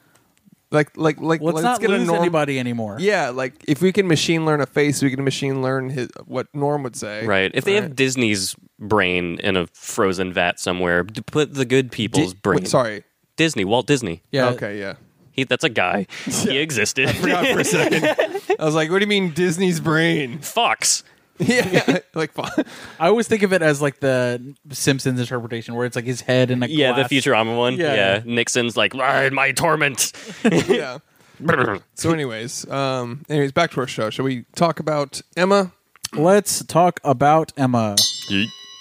S2: Like, like, like.
S1: Let's, not
S2: get
S1: lose
S2: a norm-
S1: anybody anymore.
S2: Yeah, like if we can machine learn a face, we can machine learn his, what Norm would say.
S3: Right. If they
S2: Right.
S3: have Disney's brain in a frozen vat somewhere, d- put the good
S2: Di-
S3: people's brain. Uh,
S2: wait, sorry.
S3: Disney, Walt Disney.
S1: Yeah.
S2: Okay. Yeah.
S3: He, that's a guy. He existed.
S2: Forgot for a second. I was like, "What do you mean Disney's brain?"
S3: Fox.
S2: yeah. Like. fu-
S1: I always think of it as like the Simpsons interpretation, where it's like his head in a
S3: Yeah,
S1: glass.
S3: the Futurama one.
S1: Yeah.
S3: Yeah. Nixon's like, "Ride my torment.
S2: yeah. so, anyways, um, anyways, back to our show. Shall we talk about Emma?
S1: Let's talk about Emma.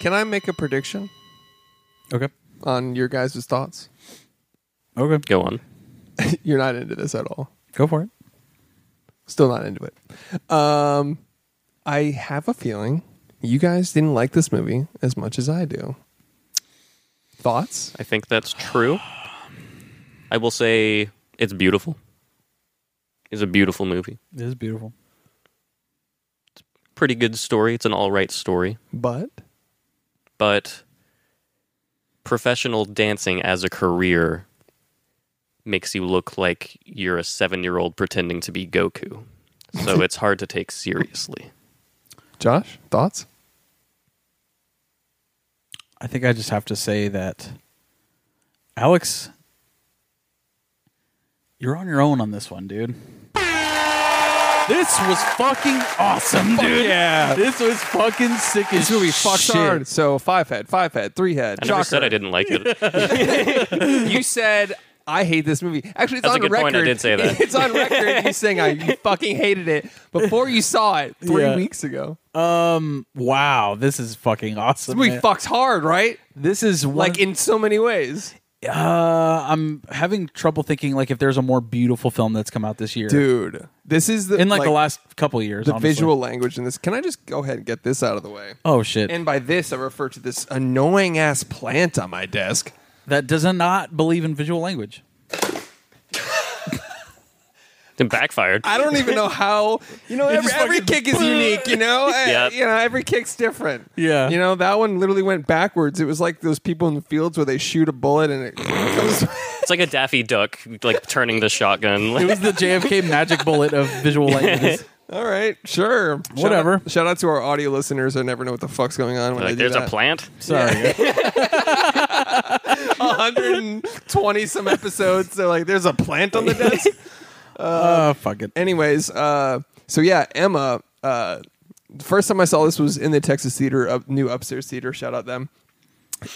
S2: Can I make a prediction
S1: Okay.
S2: on your guys' thoughts?
S1: Okay.
S3: Go on.
S2: You're not into this at all.
S1: Go for it.
S2: Still not into it. Um, I have a feeling you guys didn't like this movie as much as I do. Thoughts?
S3: I think that's true. I will say it's beautiful. It's a beautiful movie.
S1: It is beautiful.
S3: Pretty good story. It's an all right story.
S2: But
S3: But professional dancing as a career makes you look like you're a seven year old pretending to be Goku. So it's hard to take seriously.
S2: Josh, thoughts?
S1: I think I just have to say that, Alex, you're on your own on this one, dude. This was fucking awesome, dude.
S2: yeah.
S1: This was fucking sick as
S2: This movie fucks
S1: shit.
S2: hard. So five head, five head, three head.
S3: I never
S2: Shocker.
S3: said I didn't like it.
S2: You said I hate this movie. Actually, it's
S3: That's a
S2: on
S3: good
S2: record.
S3: point. I did say that.
S2: It's on record. You saying I you fucking hated it before you saw it three
S1: Yeah.
S2: weeks ago.
S1: Um, wow, this is fucking awesome.
S2: This movie
S1: man.
S2: fucks hard, right?
S1: This is one,
S2: Like in so many ways,
S1: Uh, I'm having trouble thinking like if there's a more beautiful film that's come out this year,
S2: dude. This is the
S1: In like, the
S2: like,
S1: last couple years,
S2: the
S1: honestly.
S2: visual language in this. Can I just go ahead and get this out of the way?
S1: Oh shit!
S2: And by this, I refer to this annoying ass plant on my desk.
S1: that does not believe in visual language.
S3: It backfired.
S2: I don't even know how you know every,
S1: just
S2: every
S1: fucking-
S2: kick is unique. You know, Uh,
S3: Yep.
S2: you know every kick's different.
S1: Yeah.
S2: you know that one literally went backwards. It was like those people in the fields where they shoot a bullet and it comes.
S3: It's like a Daffy Duck, like turning the shotgun.
S1: It was the JFK magic bullet of visual languages.
S2: All right, sure, Shout out-
S1: Whatever.
S2: Shout out, to our audio listeners who never know what the fuck's going on when
S3: like,
S2: they do
S3: there's
S2: that.
S3: a plant.
S1: Sorry.
S2: 120 some episodes. So like, there's a plant on the desk.
S1: Oh, fuck it.
S2: Anyways, uh, so yeah, Emma. Uh, the first time I saw this was in the Texas Theater, up, new upstairs theater. Shout out them.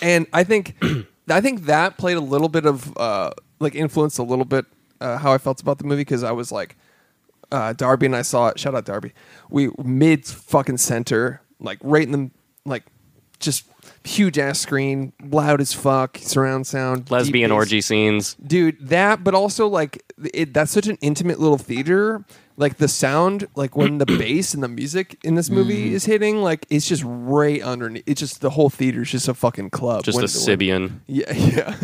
S2: And I think, I think that played a little bit of uh, like influenced a little bit uh, how I felt about the movie because I was like, uh, Darby and I saw it. Shout out Darby. We mid fucking center, like right in the like, just huge ass screen, loud as fuck, surround sound, deep
S3: Lesbian
S2: bass
S3: orgy scenes.
S2: dude that but also like it, that's such an intimate little theater like the sound like when the bass and the music in this
S3: Mm.
S2: movie is hitting like it's just right underneath it's just the whole theater's just a fucking club
S3: Just
S2: When-
S3: a Sibian.
S2: yeah yeah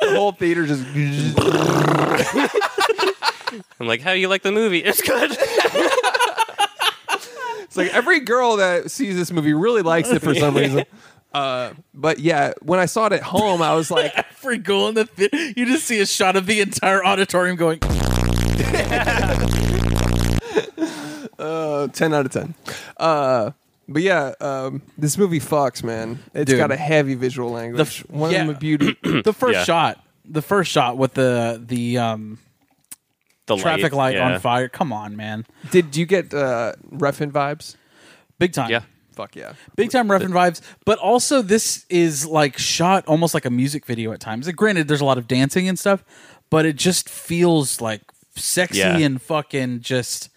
S2: the whole theater just
S3: I'm like, how do you like the movie? It's good.
S2: it's like every girl that sees this movie really likes it for some reason uh, but yeah when i saw it at home i was like
S1: Free girl in the theater. You just see a shot of the entire auditorium going.
S2: uh, 10 out of 10 uh, but yeah, um, this movie fucks, man. It's
S1: Dude.
S2: got a heavy visual
S1: The
S2: language.
S1: f-
S2: One
S1: yeah.
S2: of them a beauty.
S1: The first
S3: Yeah.
S1: shot. The first shot with the the um,
S3: The
S1: traffic light
S3: yeah.
S1: on fire. Come on, man.
S2: Did you get uh, Refn vibes?
S1: Big time.
S3: Yeah.
S2: Fuck yeah.
S1: Big time ref and vibes, but also this is like shot almost like a music video at times. And granted, there's a lot of dancing and stuff, but it just feels like sexy
S3: Yeah.
S1: and fucking just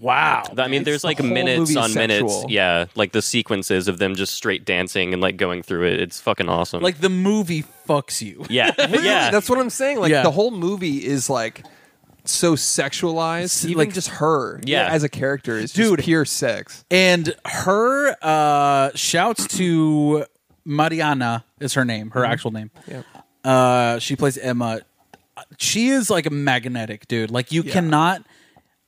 S1: wow.
S3: I mean, there's
S2: the
S3: like
S2: whole
S3: minutes
S2: movie
S3: on minutes.
S2: sexual.
S3: Yeah, like the sequences of them just straight dancing and like going through it. It's fucking awesome.
S1: like the movie fucks you.
S3: yeah, yeah.
S2: That's what I'm saying. Like
S1: Yeah.
S2: the whole movie is like so sexualized. Even
S1: like-
S2: just her,
S3: Yeah.
S2: as a character is
S1: Dude.
S2: just pure sex.
S1: And her uh shouts to Mariana is her name, her actual name. Uh she plays Emma. She is like a magnetic, dude. Like you cannot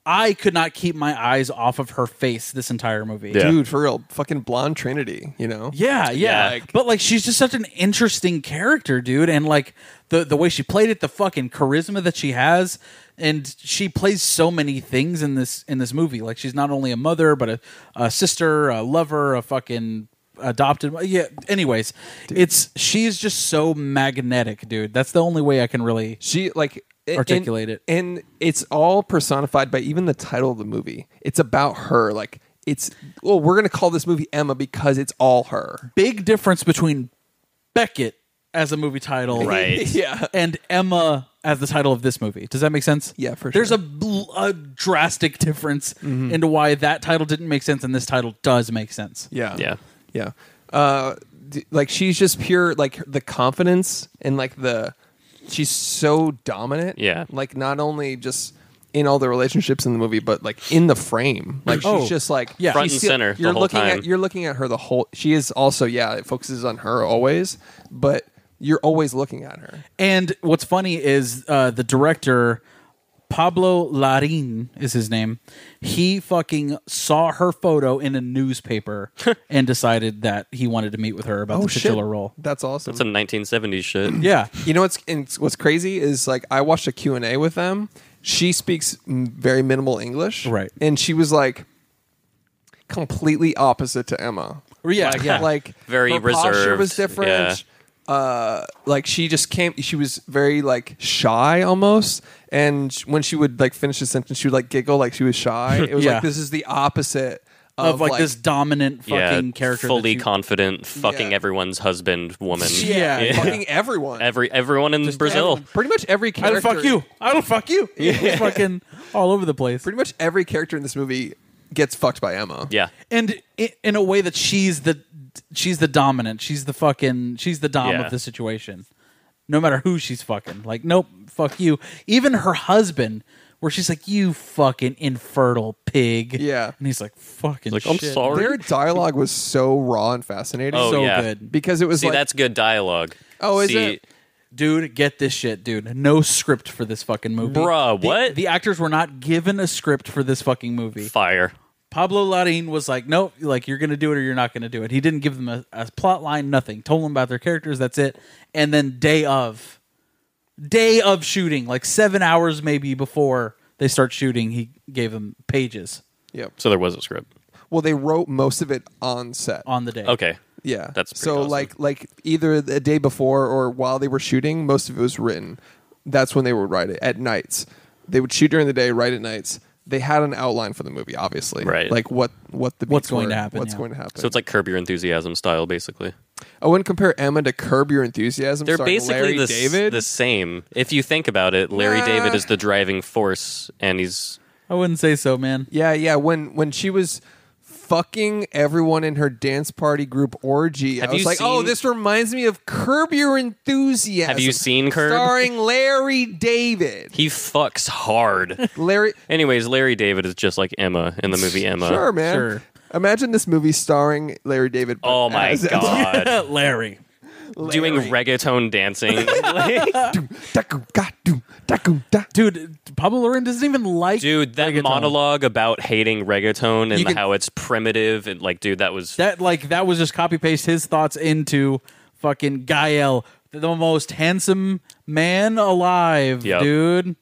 S1: I could not keep my eyes off of her face this entire movie.
S3: Yeah.
S2: Dude, for real, fucking blonde Trinity. You know.
S1: Yeah, yeah.
S3: Yeah. Like-
S1: but like she's just such an interesting character, dude, and like the the way she played it, the fucking charisma that she has, and she plays so many things in this in this movie. Like she's not only a mother, but a, a sister, a lover, a fucking adopted yeah anyways it's she's just so magnetic dude that's the only way i can really
S2: She like and-
S1: Articulate it.
S2: and it's all personified by even the title of the movie. It's about her. Like it's well, we're gonna call this movie Emma because it's all her.
S1: big difference between beckett as a movie title
S3: right.
S2: Yeah.
S1: and Emma as the title of this movie. Does that make sense?
S2: Yeah, for
S1: There's
S2: sure.
S1: a, bl- a drastic difference into why that title didn't make sense and this title does make sense.
S2: Yeah.
S3: Yeah.
S2: Yeah. Uh, d- like she's just pure, like the confidence and like the, she's so dominant.
S3: Yeah.
S2: Like not only just in all the relationships in the movie, but like in the frame. Like she's
S1: Oh,
S2: just like
S1: yeah.
S3: Front
S2: she's
S3: and
S2: still-
S3: center the
S2: You're
S3: whole
S2: looking
S3: time.
S2: at you're looking at her the whole. She is also yeah. It focuses on her always, but you're always looking at her.
S1: And what's funny is uh, the director Pablo Larin is his name. He fucking saw her photo in a newspaper and decided that he wanted to meet with her
S2: Oh,
S3: Oh,
S1: about the titular role.
S2: That's awesome.
S3: Some 1970s shit.
S1: Yeah.
S2: You know what's and what's crazy is like I watched a Q and A with them. She speaks m- very minimal English,
S1: Right.
S2: And she was like completely opposite to Emma.
S1: Yeah,
S2: like,
S1: yeah.
S2: like
S3: Very
S2: her posture
S3: reserved,
S2: was different. Uh, like she just came. She was very like shy almost, and sh- when she would like finish a sentence, she would like giggle like she was shy. It was
S1: Yeah.
S2: like this is the opposite of,
S1: Of, like, this dominant
S3: Yeah,
S1: fucking character. that
S3: fully
S1: you-
S3: confident, fucking
S2: Yeah.
S3: everyone's husband, woman.
S1: Yeah.
S2: yeah, fucking everyone.
S3: Every everyone in Brazil.
S2: Everyone. pretty much every
S1: I
S2: character.
S1: don't fuck you. I don't fuck you. It's fucking all over the place.
S2: Pretty much every character in this movie gets fucked by Emma.
S3: Yeah,
S1: and i- in a way that she's the she's the dominant she's the fucking she's the dom
S3: Yeah.
S1: of the situation no matter who she's fucking like nope fuck you even her husband where she's like you fucking infertile pig
S2: Yeah.
S1: and he's like fucking
S3: like I'm
S1: shit.
S3: sorry.
S2: Their dialogue was so raw and fascinating.
S3: Oh,
S1: so
S3: yeah.
S1: good
S2: because it was
S3: See,
S2: like
S3: that's good dialogue.
S2: Oh, is
S3: See,
S2: it?
S1: dude get this shit dude no script for this fucking movie
S3: Bruh,
S1: The-
S3: what?
S1: the actors were not given a script for this fucking movie
S3: Fire.
S1: Pablo Larin was like, nope, like you're gonna do it or you're not gonna do it. He didn't give them a, a plot line, nothing. Told them about their characters, that's it. And then day of, day of shooting, like seven hours maybe before they start shooting, he gave them pages
S2: yep.
S3: So there was a script.
S2: Well, they wrote most of it on set.
S1: on the day.
S3: Okay.
S2: Yeah,
S3: That's pretty
S2: so
S3: awesome.
S2: like like either the day before or while they were shooting, most of it was written. That's when they would write it at nights. They would shoot during the day, write at nights. They had an outline for the movie, obviously,
S3: Right.
S2: Like what what the beats
S1: What's going
S2: were,
S1: to happen,
S2: What's
S1: yeah.
S2: going to happen?
S3: So it's like Curb Your Enthusiasm style, basically.
S2: I wouldn't compare Emma to Curb Your Enthusiasm.
S3: They're
S2: starring
S3: basically
S2: Larry
S3: the, s-
S2: David.
S3: the same. If you think about it, Larry
S2: Nah.
S3: David is the driving force, and he's
S1: I wouldn't say so, man.
S2: Yeah, yeah. When when she was fucking everyone in her dance party group orgy,
S3: Have
S2: I was
S3: you
S2: like, oh,
S3: seen-
S2: this reminds me of Curb Your Enthusiasm.
S3: Have you seen Curb?
S2: Starring Larry David.
S3: he fucks hard.
S2: Larry,
S3: Anyways, Larry David is just like Emma in the movie Emma.
S2: sure, man.
S1: Sure.
S2: Imagine this movie starring Larry David. but
S3: Oh my
S2: as- as
S3: god.
S1: Larry.
S3: Doing reggaeton dancing. Like,
S2: Dakum, ga, doom, dakum, da.
S1: Dude, Pablo Loren doesn't even like
S3: dude, that
S1: reggaeton.
S3: monologue about hating reggaeton and
S1: You can-
S3: how it's primitive and like dude, that was
S1: That like that was just copy paste his thoughts into fucking Gael, the most handsome man alive,
S3: Yep.
S1: dude.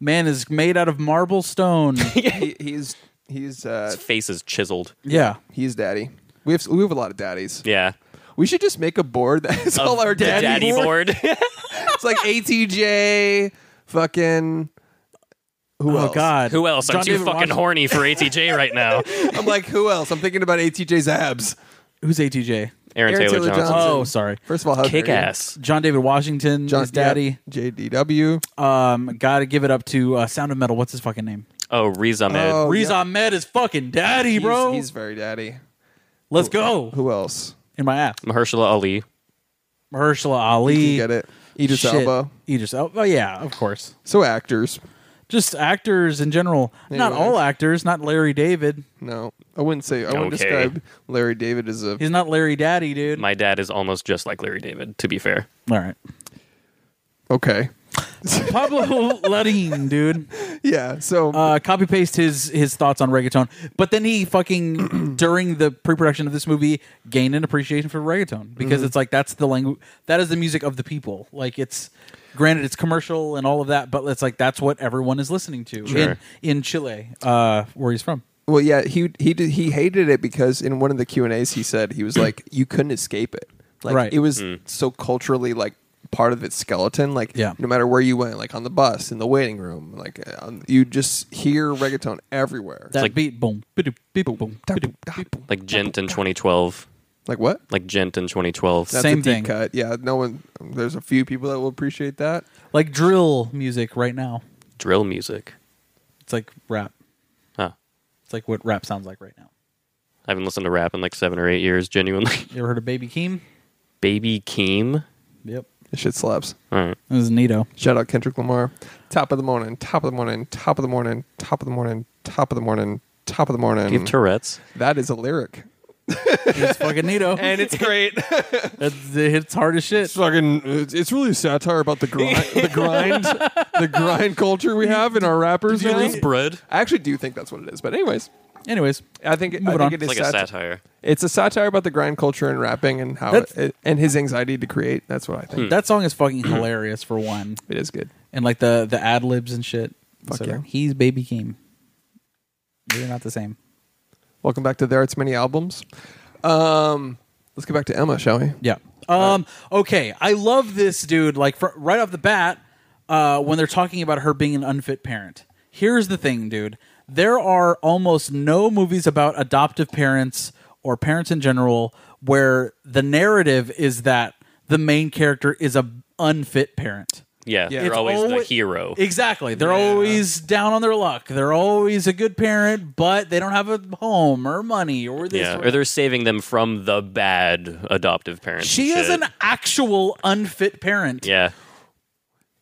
S1: Man is made out of marble stone.
S2: He- he's he's uh,
S3: his face is chiseled.
S1: yeah.
S2: he's daddy. We have we have a lot of daddies.
S3: Yeah.
S2: We should just make a board that's all our
S3: The
S2: daddy,
S3: daddy
S2: board.
S3: board.
S2: It's like ATJ, fucking. Who
S1: Oh
S2: else?
S1: god.
S3: Who else? I'm
S1: John
S3: too
S1: David
S3: fucking
S1: Washington-
S3: horny for ATJ right now.
S2: I'm like, who else? I'm thinking about ATJ's abs.
S1: Who's ATJ?
S3: Aaron, Taylor, Johnson.
S1: Oh, sorry.
S2: First of all, how dare
S3: Kick
S2: you.
S3: ass.
S1: John David Washington,
S2: John-
S1: his daddy.
S2: yeah, JDW.
S1: Um, gotta give it up to uh, Sound of Metal. What's his fucking name?
S3: Oh, Riz Ahmed.
S2: Oh,
S1: Riz
S2: yeah.
S1: Ahmed is fucking daddy,
S2: He's-
S1: bro. Oh.
S2: he's very daddy.
S1: Let's go.
S2: Who else?
S1: In my app,
S3: Mahershala Ali.
S1: Mahershala
S2: You
S1: Ali.
S2: get it. Idris
S1: Shit.
S2: Elba.
S1: Idris Elba. Oh yeah, of course.
S2: So actors.
S1: Just actors in general. Not
S2: Anyways.
S1: all actors. Not Larry David.
S2: No, I wouldn't say. I wouldn't
S3: Okay.
S2: describe Larry David as a.
S1: He's not Larry Daddy, dude.
S3: My dad is almost just like Larry David, to be fair.
S1: all right.
S2: Okay.
S1: Pablo Larraín, dude.
S2: Yeah. So
S1: Uh, copy paste his his thoughts on reggaeton, but then he fucking during the pre production of this movie gained an appreciation for reggaeton because it's like that's the language that is the music of the people. Like it's granted it's commercial and all of that, but it's like that's what everyone is listening to in,
S3: Sure.
S1: in Chile, uh, where he's from.
S2: Well, yeah, he he did, he hated it because in one of the Q and A's he said he was like you couldn't escape it. Like
S1: Right.
S2: it was so culturally like part of its skeleton. Like
S1: Yeah.
S2: no matter where you went, like on the bus, in the waiting room, like um, you just hear reggaeton everywhere.
S1: That
S3: like-
S1: beat boom, ba-doop, beep, boom, ba-doop, beep, boom.
S3: Like Gent in 2012.
S2: Like what?
S3: Like Gent in 2012.
S2: That's
S1: Same
S2: a deep
S1: thing.
S2: cut. Yeah, no one. There's a few people that will appreciate that.
S1: like drill music right now.
S3: drill music.
S1: It's like rap.
S3: Huh.
S1: It's like what rap sounds like right now.
S3: I haven't listened to rap in like seven or eight years, genuinely.
S1: You ever heard of Baby Keem?
S3: Baby Keem.
S1: Yep.
S2: This shit slaps.
S3: All right.
S1: It was Nito.
S2: Shout out Kendrick Lamar. Top of the morning. Top of the morning. Top of the morning. Top of the morning. Top of the morning. Top of the
S3: Do you have
S2: morning.
S3: Tourette's?
S2: that is a lyric.
S1: It's fucking Nito.
S2: it's great.
S1: It's, it's hard as shit.
S2: it's fucking it's it's really satire about the grind the grind the grind culture we have in our rappers now.
S3: bread?
S2: I actually do think that's what it is but anyways
S1: Anyways,
S2: I think, I
S1: Moving
S2: think
S1: on.
S2: it
S3: It's
S2: is
S3: like a
S2: sati-
S3: satire.
S2: it's a satire about the grind culture and rapping and how
S1: That's-
S2: it, and his anxiety to create that's what I think
S1: that song is fucking hilarious for one,
S3: Hmm.
S2: it is good
S1: and like the the ad libs and shit.
S2: Fuck
S1: so
S2: yeah.
S1: he's Baby Keem. We're not the same.
S2: welcome back to there it's many albums um let's go back to Emma shall we
S1: Yeah. Um. Okay. I love this dude. Like fr- right off the bat, uh, when they're talking about her being an unfit parent. Here's the thing, dude. There are almost no movies about adoptive parents or parents in general where the narrative is that the main character is a unfit parent.
S3: Yeah.
S2: Yeah.
S3: You're
S2: It's
S3: always the
S1: alwa-
S3: hero.
S1: Exactly. They're always down on their luck. They're always a good parent, but they don't have a home or money or this.
S3: yeah.
S1: or
S3: Or they're saving them from the bad adoptive parents. and
S1: she is
S3: shit.
S1: an actual unfit parent.
S3: Yeah.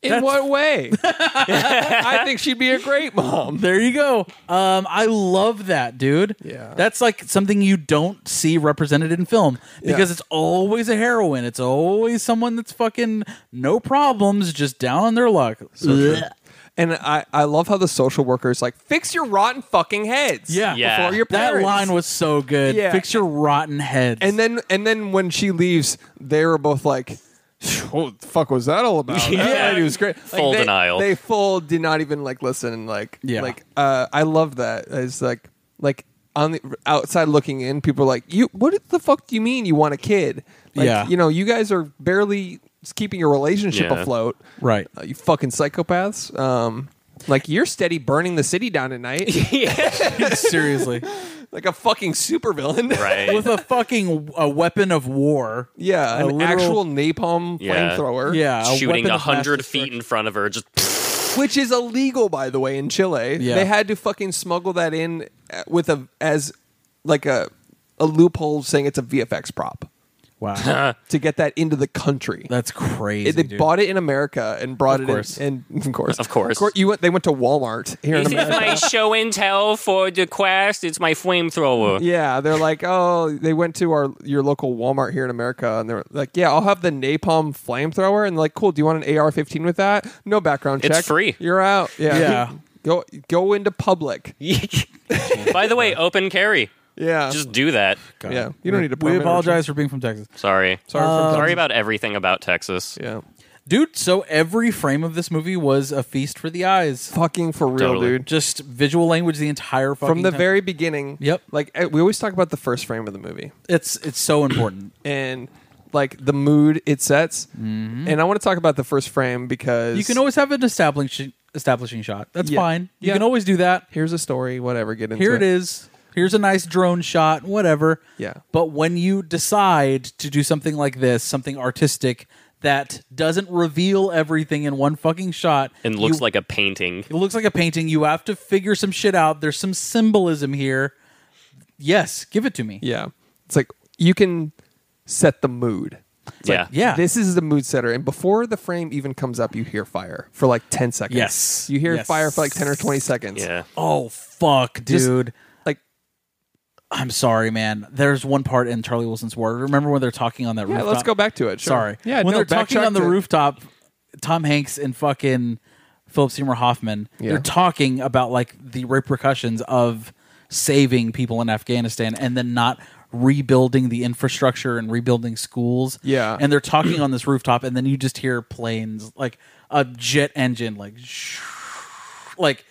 S2: in
S1: That's-
S2: what way I think she'd be a great mom
S1: There you go. Um, I love that, dude.
S2: Yeah.
S1: That's like something you don't see represented in film because
S2: Yeah.
S1: it's always a heroine. It's always someone that's fucking no problems, just down on their luck. Ugh.
S2: and I I love how the social worker is like fix your rotten fucking heads
S1: Yeah.
S3: Yeah.
S2: before your
S1: That
S2: parents.
S1: line was so good.
S2: Yeah.
S1: Fix your rotten heads.
S2: And then and then when she leaves, they were both like, "What the fuck was that all about?"
S1: Yeah.
S2: it was great. Like,
S3: Full
S2: they-
S3: denial.
S2: They full did not even like listen. Like
S1: Yeah.
S2: like uh, I love that. It's like like on the outside looking in, people are like, "You, what the fuck do you mean you want a kid? Like,
S1: Yeah.
S2: you know, you guys are barely keeping your relationship
S3: Yeah.
S2: afloat,
S1: Right.
S2: Uh, you fucking psychopaths. Um, like you're steady burning the city down at night,
S1: Seriously.
S2: like a fucking supervillain,
S3: right.
S1: With a fucking a weapon of war.
S2: yeah,
S1: A
S2: an
S1: literal-
S2: actual napom
S3: Yeah.
S2: flamethrower,
S1: Yeah.
S3: shooting
S1: weapon
S3: a
S1: of mass
S3: hundred
S1: destruction.
S3: feet in front of her. Just
S2: which is illegal by the way in Chile.
S1: Yeah.
S2: They had to fucking smuggle that in uh, with a as like a a loophole saying it's a VFX prop
S1: Wow.
S2: to get that into the country.
S1: That's crazy.
S2: It- they
S1: dude.
S2: bought it in America and brought
S1: Of
S2: it
S1: course.
S2: in, and of course,
S3: Of course.
S2: you went, they went to Walmart here in America.
S3: my show and tell for the quest. It's my flamethrower.
S2: Yeah, they're like, oh, they went to our your local Walmart here in America, and they're like, yeah, I'll have the napalm flamethrower, and like, cool. Do you want an AR-15 with that? No background check.
S3: It's free.
S2: You're out. Yeah.
S1: Yeah.
S2: Go go into public.
S3: By the way, open carry.
S1: Uh,
S2: Yeah.
S3: Just do that.
S1: God.
S2: Yeah, you don't need a
S1: We
S2: permit or
S1: apologize for being from Texas.
S3: Sorry.
S2: Sorry for
S1: Um,
S3: Sorry about everything about Texas.
S2: yeah.
S1: Dude, so every frame of this movie was a feast for the eyes.
S2: Fucking for real,
S3: Totally.
S2: dude.
S1: Just visual language the entire fucking
S2: From the
S1: time.
S2: very beginning.
S1: Yep.
S2: Like eh, we always talk about the first frame of the movie.
S1: it's it's so important.
S2: and like the mood it sets. And I want to talk about the first frame because
S1: Mm-hmm. You can always have an establishing establishing shot. That's
S2: Yeah.
S1: fine. You
S2: Yeah.
S1: can always do that.
S2: here's a story, whatever. Get into
S1: Here
S2: it
S1: it is. Here's a nice drone shot, whatever.
S2: Yeah.
S1: But when you decide to do something like this, something artistic that doesn't reveal everything in one fucking shot,
S3: And looks
S1: you-
S3: like a painting.
S1: it looks like a painting. You have to figure some shit out. There's some symbolism here. Yes, give it to me.
S2: Yeah, it's like you can set the mood. It's
S3: Yeah.
S2: like,
S1: Yeah.
S2: This is the mood setter, and before the frame even comes up, you hear fire for like ten seconds.
S1: Yes.
S2: you hear
S1: Yes.
S2: fire for like ten or twenty seconds.
S3: Yeah.
S1: Oh fuck,
S2: Just-
S1: dude.
S2: like
S1: I'm sorry, man. There's one part in Charlie Wilson's War. Remember when they're talking on that
S2: yeah.
S1: rooftop?
S2: Let's go back to it. Sure.
S1: Sorry.
S2: Yeah,
S1: when
S2: no,
S1: they're
S2: backtrack
S1: talking on the
S2: to-
S1: rooftop, Tom Hanks and fucking Philip Seymour Hoffman, they're talking about like the repercussions of saving people in Afghanistan and then not rebuilding the infrastructure and rebuilding schools.
S2: Yeah.
S1: And they're talking on this rooftop, and then you just hear planes like a jet engine, like shh, like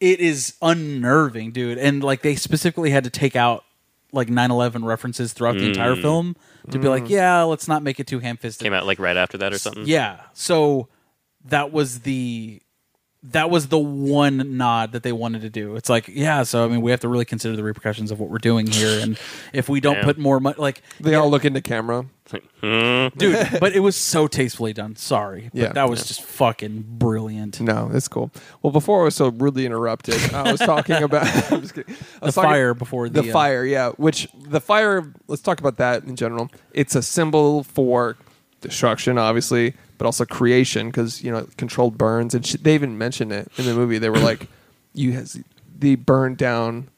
S1: it is unnerving, dude. And like they specifically had to take out like 9/11 references throughout the entire film to be like, yeah, let's not make it too ham-fisted.
S3: Came out like right after that or something.
S1: Yeah. So that was the that was the one nod that they wanted to do. It's like, yeah, so I mean, we have to really consider the repercussions of what we're doing here and if we don't
S3: Damn.
S1: put more money like
S2: They all look into camera.
S1: dude, but it was so tastefully done. Sorry. But
S2: Yeah.
S1: that was just fucking brilliant.
S2: No, that's cool. Well, before I was so rudely interrupted, I was talking about I'm just kidding. I was
S1: The
S2: talking-
S1: fire before the,
S2: the
S1: uh,
S2: fire, yeah. Which the fire. Let's talk about that in general. It's a symbol for destruction, obviously, but also creation because you know controlled burns, and sh- they even mentioned it in the movie. They were like, "You has they burned down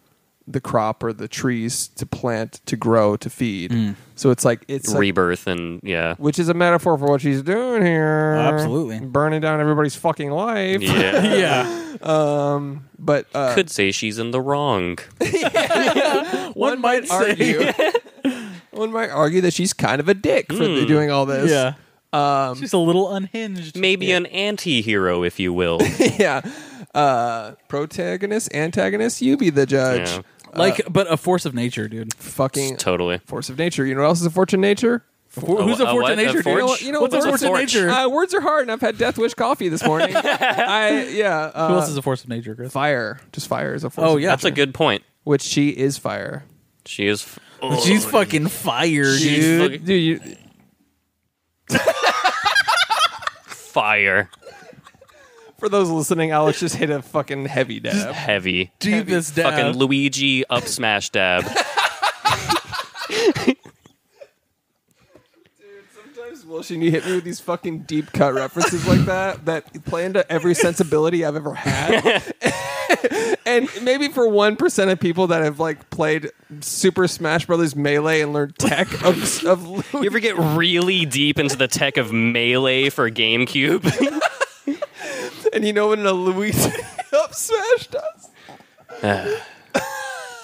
S2: the crop or the trees to plant, to grow, to feed."
S1: Mm.
S2: So it's like it's like-
S3: Rebirth and yeah.
S2: which is a metaphor for what she's doing here.
S1: Absolutely.
S2: burning down everybody's fucking life.
S3: Yeah.
S1: Yeah.
S2: But uh,
S3: Could say she's in the wrong.
S1: One might say
S2: argue. One might argue that she's kind of a dick for
S1: Hmm.
S2: doing all this.
S1: Yeah. She's a little unhinged.
S3: Maybe an anti hero, if you will.
S2: yeah. Uh, protagonist, antagonist, you be the judge.
S3: Yeah.
S1: like but a force of nature, dude.
S2: Fucking
S3: totally.
S2: force of nature. You know what else is a force of nature?
S1: For- who's a
S3: a
S1: force
S3: what?
S1: of
S3: A
S1: nature, dude?
S3: forge?
S2: what- you know
S1: What's a
S2: what
S1: force of
S3: forge?
S1: nature?
S2: Uh, words are hard, and I've had Death Wish coffee this morning. I yeah. Uh,
S1: Who else is a force of nature, Chris?
S2: fire? Just fire is a force.
S1: Oh,
S2: of
S1: yeah.
S2: nature.
S3: That's a good point.
S2: Which she is fire.
S3: She is. f-
S1: She's fucking fired,
S3: She's
S1: dude.
S3: fucking
S2: Dude, you,
S3: fire.
S2: for those listening, Alex just hit a fucking heavy dab.
S3: Heavy.
S1: Deepest down.
S3: Fucking Luigi up smash dab.
S2: Sometimes, Wilson, you hit me with these fucking deep cut references like that that play into every sensibility I've ever had. and maybe for one percent of people that have like played Super Smash Brothers Melee and learned tech of, of
S3: You ever get really deep into the tech of melee for GameCube?
S2: and you know what a Luigi up smash does.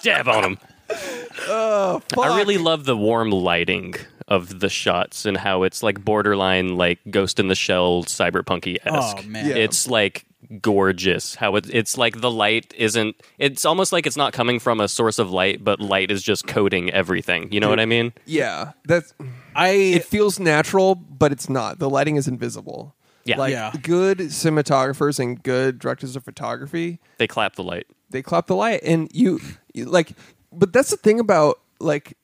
S3: Dab on him.
S2: Fuck.
S3: I really love the warm lighting of the shots and how it's like borderline like Ghost in the Shell cyberpunky esque.
S1: Oh, man.
S2: Yeah.
S3: It's like gorgeous. How it, it's like the light isn't. It's almost like it's not coming from a source of light, but light is just coating everything. You know what I mean?
S2: Yeah, that's
S1: I
S2: it feels natural, but it's not. The lighting is invisible.
S3: Yeah.
S2: like
S1: Yeah.
S2: good cinematographers and good directors of photography,
S3: They clap the light.
S2: they clap the light, and you, you like. But that's the thing about like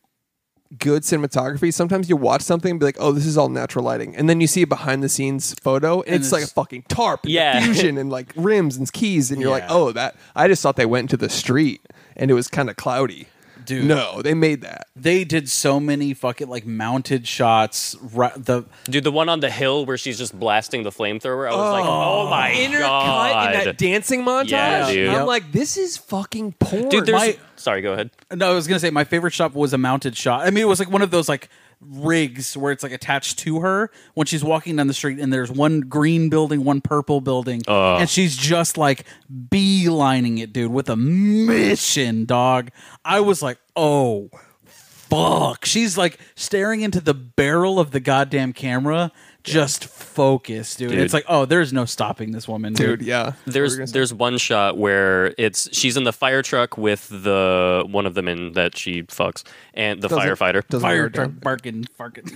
S2: good cinematography. Sometimes you watch something and be like, "Oh, this is all natural lighting," and then you see a behind the scenes photo, and, it's, like a
S1: it's-
S2: fucking tarp, and
S3: Yeah.
S2: diffusion, and like rims and keys, and you're like,
S1: Yeah.
S2: "Oh, that." I just thought they went to the street, and it was kind of cloudy.
S1: Dude.
S2: no, they made that.
S1: they did so many fucking like mounted shots. Right, the
S3: Dude, the one on the hill where she's just blasting the flamethrower. I was like, oh my
S2: intercut
S3: god.
S2: in that dancing montage.
S3: Yeah, dude.
S2: I'm
S1: Yep.
S2: like, this is fucking porn.
S3: Dude, there's.
S1: My-
S3: Sorry, go ahead.
S1: no, I was gonna say my favorite shot was a mounted shot. I mean, it was like one of those like rigs where it's like attached to her when she's walking down the street, and there's one green building, one purple building, and she's just like beelining it, dude, with a mission, dog. I was like, oh. Fuck. She's like staring into the barrel of the goddamn camera, just focused, dude. It's like, oh, there's no stopping this woman,
S2: dude, yeah.
S3: There's there's one shot where it's she's in the fire truck with the one of the men that she fucks and the firefighter.
S2: doesn't
S1: fire
S2: matter.
S1: truck barking, barking.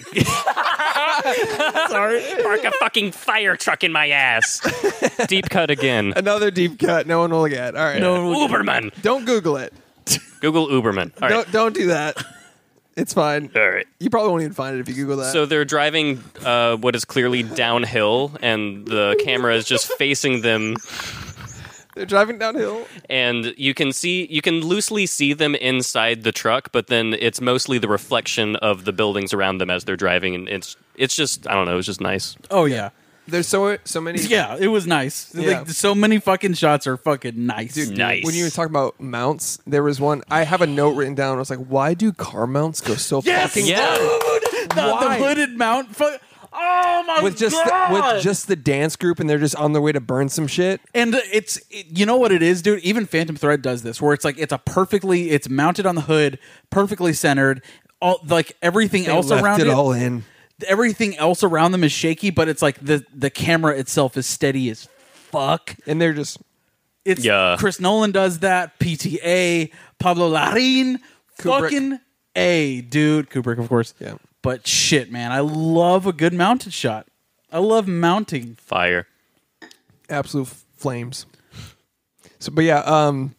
S3: Park a fucking fire truck in my ass. Deep cut again.
S2: Another deep cut. No one will get. All right.
S1: No,
S3: Uberman.
S2: Don't Google it.
S3: Google Uberman. All right.
S2: Don't don't do that. It's fine.
S3: All right.
S2: You probably won't even find it if you Google that.
S3: So they're driving uh, what is clearly downhill, and the camera is just facing them,
S2: They're driving downhill.
S3: and you can see you can loosely see them inside the truck, but then it's mostly the reflection of the buildings around them as they're driving, and it's it's just I don't know, it's just nice.
S1: Oh yeah.
S2: There's so so many.
S1: Yeah, it was nice.
S2: Yeah.
S1: Like so many fucking shots are fucking nice.
S2: Dude,
S3: Nice.
S2: When you were talking about mounts, there was one. I have a note written down. I was like, "Why do car mounts go so fucking
S3: Yeah.
S1: Dude, the, the
S2: Why?
S1: hooded mount fu- Oh my
S2: with just the,
S1: god.
S2: with just the dance group, and they're just on their way to burn some shit."
S1: and it's it- you know what it is, dude. Even Phantom Thread does this, where it's like it's a perfectly it's mounted on the hood, perfectly centered. All like everything else
S2: They left
S1: around
S2: it
S1: it,
S2: all in.
S1: everything else around them is shaky, but it's like the the camera itself is steady as fuck.
S2: and they're just
S1: It's
S3: Yeah.
S1: Chris Nolan does that. PTA, Pablo Larraín,
S2: Kubrick.
S1: fucking a dude. Kubrick, of course.
S2: Yeah.
S1: But shit, man, I love a good mounted shot. I love mounting.
S3: Fire.
S2: absolute f- flames. So, but yeah, um,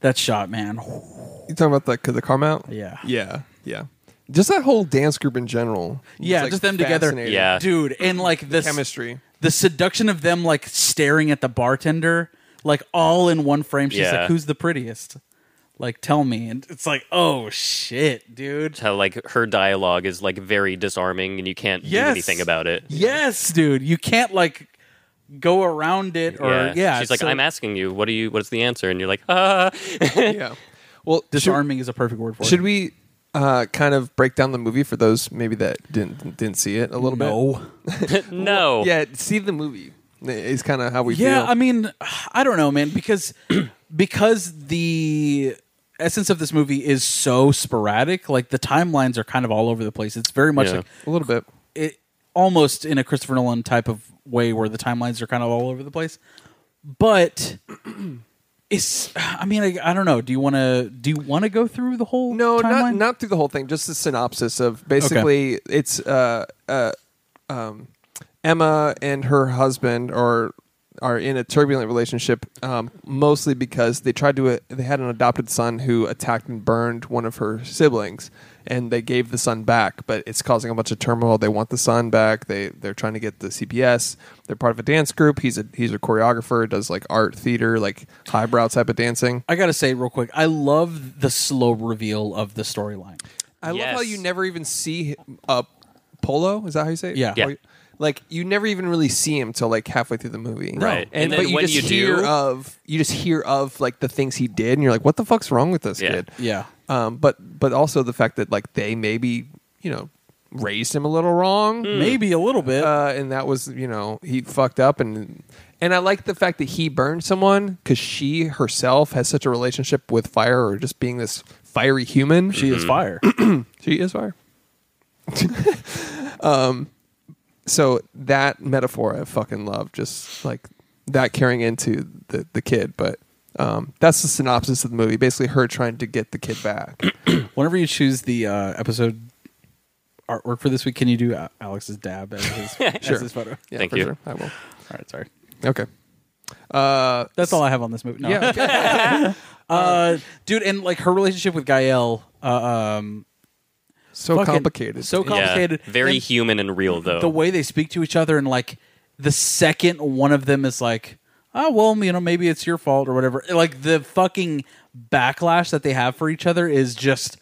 S1: That shot, man.
S2: you talking about the 'cause the car mount?
S1: Yeah.
S2: yeah, yeah. Just that whole dance group in general. was,
S1: Yeah,
S2: like,
S1: just them together.
S2: fascinating.
S3: Yeah.
S1: Dude, and like the
S2: chemistry.
S1: the seduction of them like staring at the bartender, like all in one frame. She's
S3: Yeah.
S1: like, "Who's the prettiest?" Like, tell me. And it's like, "Oh shit, dude."
S3: How like her dialogue is like very disarming, and you can't do
S1: Yes.
S3: anything about it.
S1: Yes, dude. You can't like go around it or yeah.
S3: she's like,
S1: so-
S3: I'm asking you, what do you, what's the answer? And you're like, ah.
S2: yeah. Well, should,
S1: Disarming is a perfect word for
S2: should
S1: it.
S2: we uh, kind of break down the movie for those maybe that didn't didn't see it a little bit?
S1: No.
S3: no.
S2: Yeah, see the movie. It's kind of how we
S1: Yeah,
S2: feel.
S1: I mean, I don't know, man, because because the essence of this movie is so sporadic. Like the timelines are kind of all over the place. It's very much
S3: Yeah.
S1: like
S2: a little bit.
S1: it almost in a Christopher Nolan type of way where the timelines are kind of all over the place. But it's I mean, I, I don't know. Do you want to do you want to go through the whole
S2: No, not
S1: timeline?
S2: not through the whole thing. Just the synopsis of basically it's uh, uh, um, Emma and her husband are are in a turbulent relationship, um, mostly because they tried to uh, they had an adopted son who attacked and burned one of her siblings, and they gave the son back, but it's causing a bunch of turmoil. They want the son back. They they're trying to get the CPS. They're part of a dance group. He's a he's a choreographer. Does like art theater, like highbrow type of dancing.
S1: I gotta say real quick, I love the slow reveal of the storyline.
S2: I love
S3: Yes.
S2: how you never even see him, uh, Polo. Is that how you say it?
S1: Yeah.
S3: Yeah.
S2: Or- Like you never even really see him till like halfway through the movie,
S3: Right.
S2: And,
S3: And
S2: but
S3: then
S2: you
S3: when
S2: just
S3: you
S2: hear
S3: do-
S2: of you just hear of like the things he did, and you're like, what the fuck's wrong with this
S3: Yeah.
S2: kid?
S1: Yeah.
S2: Um. But but also the fact that like they maybe you know raised him a little wrong,
S3: Hmm.
S1: Maybe a little bit.
S2: uh, and that was you know he fucked up and and I like the fact that he burned someone because she herself has such a relationship with fire or just being this fiery human.
S1: she is fire.
S2: She is fire. um, so that metaphor I fucking love. Just like that carrying into the the kid, but um, that's the synopsis of the movie. Basically, her trying to get the kid back.
S1: Whenever you choose the uh, episode artwork for this week, can you do uh, Alex's dab as his,
S2: Sure.
S1: as his photo?
S2: Yeah,
S3: Thank
S2: for
S3: you.
S2: Sure. I will.
S1: All right, sorry.
S2: Okay. Uh,
S1: That's all I have on this movie. No.
S2: yeah. okay.
S1: uh, dude, and like her relationship with Gael, uh, um,
S2: So
S1: Fucking-
S2: complicated.
S1: so com- Complicated.
S3: Yeah, very
S1: And
S3: human and real though.
S1: the way they speak to each other, and like the second one of them is like, "Oh well, you know, maybe it's your fault or whatever." Like the fucking backlash that they have for each other is just,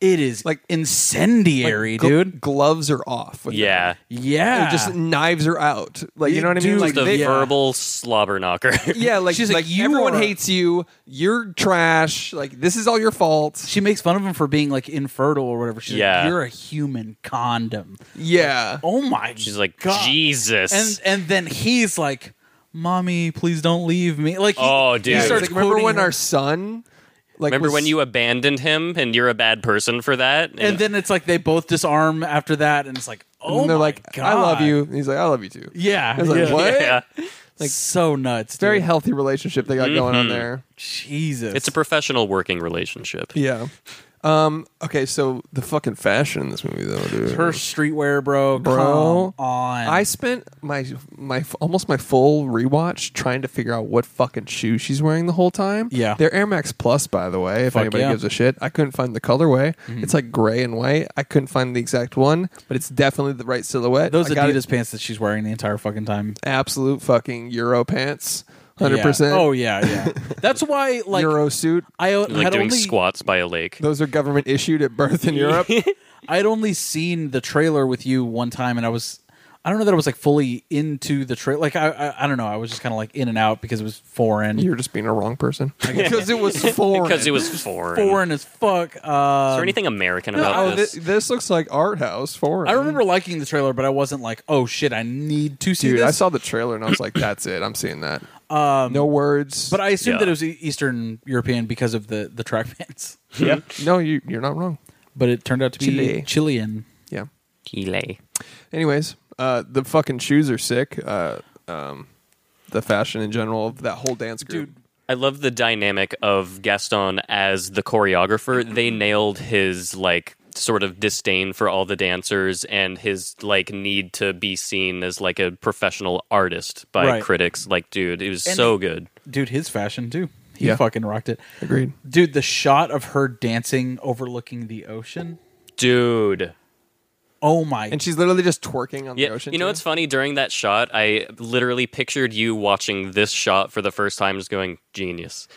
S1: it is
S2: Like-
S1: like incendiary,
S2: Gl-
S1: dude.
S2: gloves are off. with
S3: yeah,
S1: Yeah,
S2: them. Just knives are out. Like you know what I mean?
S1: Dude,
S2: like
S3: the
S2: they-
S3: verbal slobber knocker.
S2: Yeah, like
S1: She's
S2: like,
S1: like, "You
S2: everyone
S1: are-
S2: hates you. You're trash. Like this is all your fault.
S1: she makes fun of him for being like infertile or whatever. She's
S3: Yeah.
S1: like, "You're a human condom."
S2: Yeah.
S1: Oh my!
S3: She's like,
S1: God.
S3: Jesus.
S1: and and then he's like, "Mommy, please don't leave me." Like, he-
S3: Oh,
S1: he
S3: dude.
S2: It's
S1: starts
S2: like, remember
S1: quoting
S2: when
S1: her-
S2: our son? Like
S3: Remember
S2: was-
S3: when you abandoned him and you're a bad person for that?
S1: and then it's like they both disarm after that, and it's like,
S2: And
S1: "Oh,
S2: they're
S1: my
S2: like,
S1: God.
S2: I love you. And he's like, I love you too.
S1: Yeah,
S2: I was like,
S1: yeah.
S2: what?
S3: yeah.
S1: Like so nuts.
S2: Very
S1: dude.
S2: healthy relationship they got going
S1: Mm-hmm.
S2: on there.
S1: Jesus.
S3: It's a professional working relationship.
S2: Yeah. Um. Okay. So the fucking fashion in this movie, though, dude.
S1: her streetwear, bro.
S2: Bro,
S1: come on.
S2: I spent my my almost my full rewatch trying to figure out what fucking shoe she's wearing the whole time.
S1: Yeah.
S2: they're Air Max Plus, by the way. If
S1: Fuck
S2: anybody
S1: yeah. Mm-hmm.
S2: gives a shit, I couldn't find the colorway. It's like gray and white. I couldn't find the exact one, but it's definitely the right silhouette.
S1: those
S2: I got it-
S1: Adidas pants that she's wearing the entire fucking time.
S2: absolute fucking Euro pants, hundred
S1: Yeah.
S2: percent.
S1: Oh yeah, yeah. That's why like
S2: Euro suit.
S1: I o-
S3: Like
S1: had
S3: doing
S1: only
S3: squats by a lake.
S2: Those are government issued at birth in Europe.
S1: I'd only seen the trailer with you one time, and I was I don't know that I was like fully into the trailer. Like I, I I don't know. I was just kind of like in and out because it was foreign,
S2: You're just being a wrong person because it was foreign.
S3: Because it was foreign.
S1: foreign as fuck. Uh,
S3: Is there anything American about
S2: Oh,
S3: this?
S2: this, this looks like art house foreign.
S1: I remember liking the trailer, but I wasn't like, oh shit, I need to see
S2: Dude,
S1: this.
S2: I saw the trailer and I was like, "That's it. I'm seeing that." Um, no words.
S1: but I assumed
S3: Yeah.
S1: that it was E- Eastern European because of the the track pants.
S2: yeah. no, you you're not wrong.
S1: But it turned out to be
S2: Chile.
S1: Chilean.
S2: Yeah.
S3: Chile.
S2: Anyways, uh, the fucking shoes are sick. Uh, um, the fashion in general of that whole dance group.
S1: Dude,
S3: I love the dynamic of Gaston as the choreographer. They
S1: Mm-hmm.
S3: nailed his like sort of disdain for all the dancers and his like need to be seen as like a professional artist by
S1: Right.
S3: critics. Like, dude, it was
S1: And-
S3: so good.
S1: Dude, his fashion too. He
S2: Yeah.
S1: fucking rocked it.
S2: Agreed.
S1: Dude, the shot of her dancing overlooking the ocean.
S3: Dude.
S1: Oh my
S2: And she's literally just twerking on
S3: Yeah,
S2: the ocean.
S3: you know
S2: too.
S3: what's funny? During that shot, I literally pictured you watching this shot for the first time, just going genius.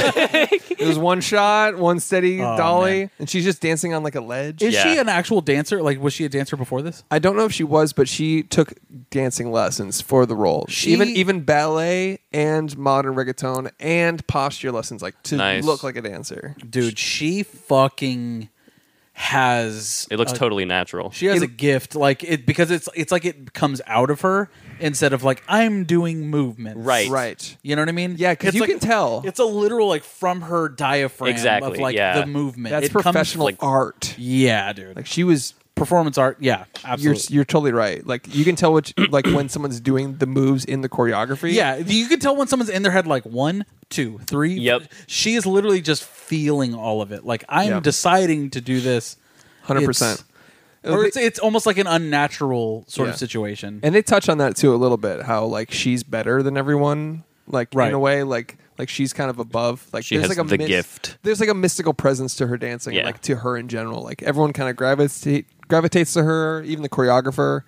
S2: It was one shot, one steady dolly,
S1: Oh, man.
S2: and she's just dancing on like a ledge.
S1: Is she
S3: Yeah.
S1: an actual dancer? Like, was she a dancer before this?
S2: I don't know if she was, but she took dancing lessons for the role.
S1: She-
S2: even even ballet and modern reggaeton and posture lessons, like to
S3: Nice.
S2: look like a dancer.
S1: Dude, she fucking has.
S3: It
S2: Uh,
S3: looks
S1: a-
S3: totally natural.
S1: She has
S2: it-
S1: a gift, like it because it's it's like it comes out of her instead of like I'm doing movements.
S3: Right.
S2: Right.
S1: You know what I mean?
S2: Yeah, 'cause
S1: It's
S2: you
S1: like-
S2: can tell.
S1: It's a literal like from her diaphragm
S3: Exactly,
S1: of like
S3: yeah.
S1: the movement.
S2: That's
S1: It comes-
S2: professional
S3: like-
S2: art.
S1: yeah, dude.
S2: Like she was.
S1: Performance art. Yeah,
S2: You're
S1: absolutely.
S2: you're totally right. Like you can tell which like when someone's doing the moves in the choreography.
S1: yeah, you can tell when someone's in their head like one, two, three.
S3: Yep.
S1: She is literally just feeling all of it. Like I'm
S2: Yeah.
S1: deciding to do this.
S2: hundred percent.
S1: It's- Or it's it's almost like an unnatural sort
S2: Yeah.
S1: of situation.
S2: And they touch on that too a little bit. How like she's better than everyone. Like in
S1: Right.
S2: a way, like like she's kind of above. Like
S3: She
S2: there's
S3: has
S2: like a
S3: the
S2: mys-
S3: gift.
S2: There's like a mystical presence to her dancing.
S3: Yeah.
S2: Like to her in general. Like everyone kind of gravitate gravitates to her. Even the choreographer.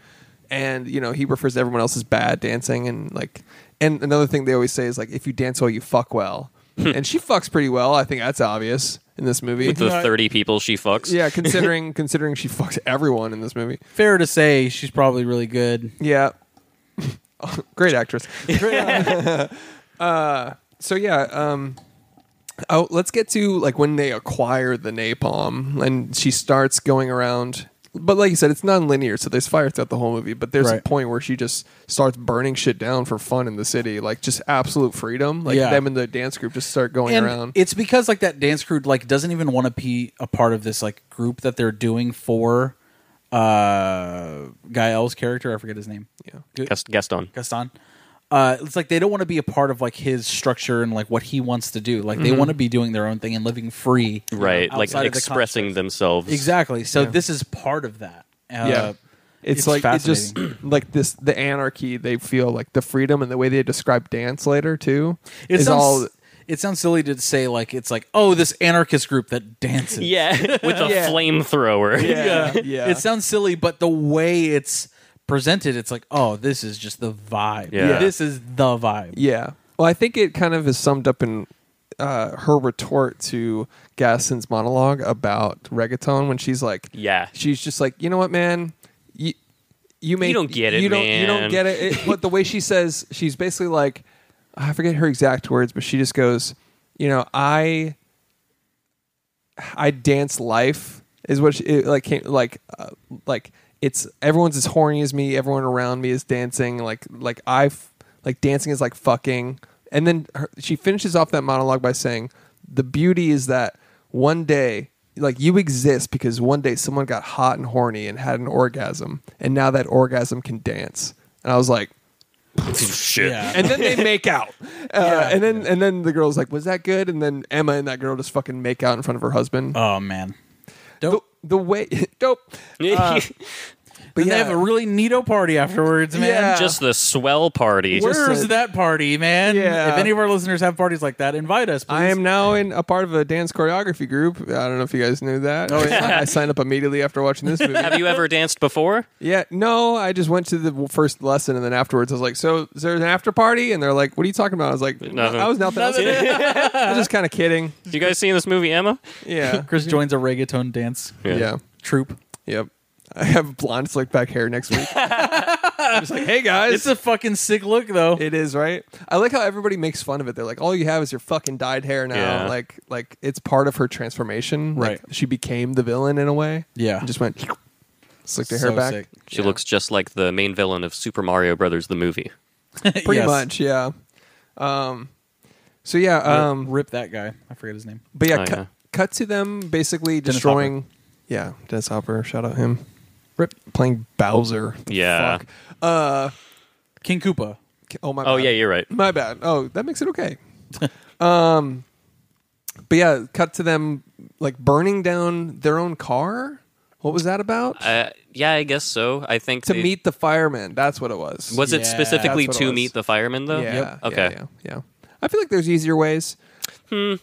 S2: And you know he refers to everyone else as bad dancing and like. And another thing they always say is like if you dance well you fuck well. and she fucks pretty well. I think that's obvious in this movie.
S3: Hmm. With the 30 people she fucks.
S2: yeah, considering considering she fucks everyone in this movie.
S1: Fair to say, she's probably really good.
S2: Yeah. Great actress. Uh, so yeah, um oh, let's get to like when they acquire the napalm and she starts going around but like you said, it's non-linear, so there's fire throughout the whole movie. But there's a
S1: Right.
S2: point where she just starts burning shit down for fun in the city, like just absolute freedom. Like
S1: Yeah.
S2: them and the dance group just start going
S1: And
S2: around.
S1: it's because like that dance crew like doesn't even want to be a part of this like group that they're doing for uh Gael's character. I forget his name. Yeah,
S3: Gast- Gaston.
S1: Gaston. uh, it's like they don't want to be a part of like his structure and like what he wants to do. Like
S2: Mm-hmm.
S1: they want to be doing their own thing and living free, you know,
S3: right? Like
S1: outside of the
S3: expressing
S1: construct.
S3: themselves.
S1: exactly. So this is part of that. Uh,
S2: yeah.
S1: it's
S2: It's, like it just like this the anarchy they feel like the freedom and the way they describe dance later too
S1: it
S2: is
S1: sounds
S2: all
S1: it sounds silly to say like it's like oh this anarchist group that dances.
S3: Yeah, with a
S2: Yeah.
S3: flamethrower.
S2: yeah
S1: It sounds silly, but the way it's presented, it's like, oh, this is just the vibe.
S3: Yeah.
S1: This is the vibe.
S2: Yeah. Well, I think it kind of is summed up in uh, her retort to Gaston's monologue about reggaeton when she's like,
S3: Yeah.
S2: she's just like, you know what, man, you you, make,
S3: don't get it,
S2: you don't, you
S3: man."
S2: don't get it. it. But the way she says, she's basically like, I forget her exact words, but she just goes, you know, I I dance life is what she, it, like came, like uh, like it's everyone's as horny as me. Everyone around me is dancing. Like like I f- like dancing is like fucking. And then her, she finishes off that monologue by saying, "The beauty is that one day." Like you exist because one day someone got hot and horny and had an orgasm, and now that orgasm can dance. And I was like,
S3: Shit.
S1: Yeah.
S2: and then they make out. Uh, And then and then the girl's like, "Was that good?" And then Emma and that girl just fucking make out in front of her husband.
S1: Oh man.
S2: the,
S1: Dope.
S2: the way dope.
S1: But
S2: But yeah,
S1: they have a really neato party afterwards, man.
S2: Yeah.
S3: Just the swell party.
S2: We're-
S1: Where's
S2: a-
S1: that party, man?
S2: Yeah.
S1: If any of our listeners have parties like that, invite us. Please.
S2: I am now in a part of a dance choreography group. I don't know if you guys knew that. Oh, yeah. I signed up immediately after watching this movie.
S3: Have you ever danced before?
S2: yeah, no, I just went to the first lesson and then afterwards I was like, "So is there an after party?" And they're like, "What are you talking about?" I was like, "No,
S3: Nothing.
S2: I was nothing." I was, I was just kind of kidding.
S3: You guys seen this movie, Emma?
S2: Yeah,
S1: Chris joins a reggaeton dance
S2: yeah,
S1: troupe.
S2: yep. I have blonde slick back hair next week. I'm just like, "Hey guys,
S1: It's a fucking sick look, though.
S2: It is right. I like how everybody makes fun of it. They're like, "All you have is your fucking dyed hair now."
S3: Yeah.
S2: Like, like it's part of her transformation. Like,
S1: Right.
S2: she became the villain in a way.
S1: Yeah.
S2: And just went slicked her
S1: So
S2: hair back.
S1: sick.
S3: She looks just like the main villain of Super Mario Brothers the movie.
S2: Pretty
S1: Yes.
S2: much, yeah. Um. So yeah. Um.
S1: Rip that guy. I forget his name.
S2: But yeah,
S3: Oh,
S2: cut,
S3: yeah.
S2: cut to them basically destroying. Yeah, Dennis Hopper. Shout out him. Rip playing Bowser. The
S3: Yeah.
S2: fuck? Uh.
S1: King Koopa.
S2: Oh my.
S3: Oh
S2: bad.
S3: yeah, you're right.
S2: My bad. Oh, that makes it okay. um, but yeah, cut to them like burning down their own car. What was that about?
S3: Uh, yeah, I guess so. I think
S2: to
S3: they-
S2: meet the firemen. That's what it was.
S3: Was it
S1: Yeah,
S3: specifically
S2: that's what it
S3: to
S2: was.
S3: meet the firemen though?
S2: Yeah. yeah,
S3: Okay.
S2: Yeah, yeah. I feel like there's easier ways. Hmm.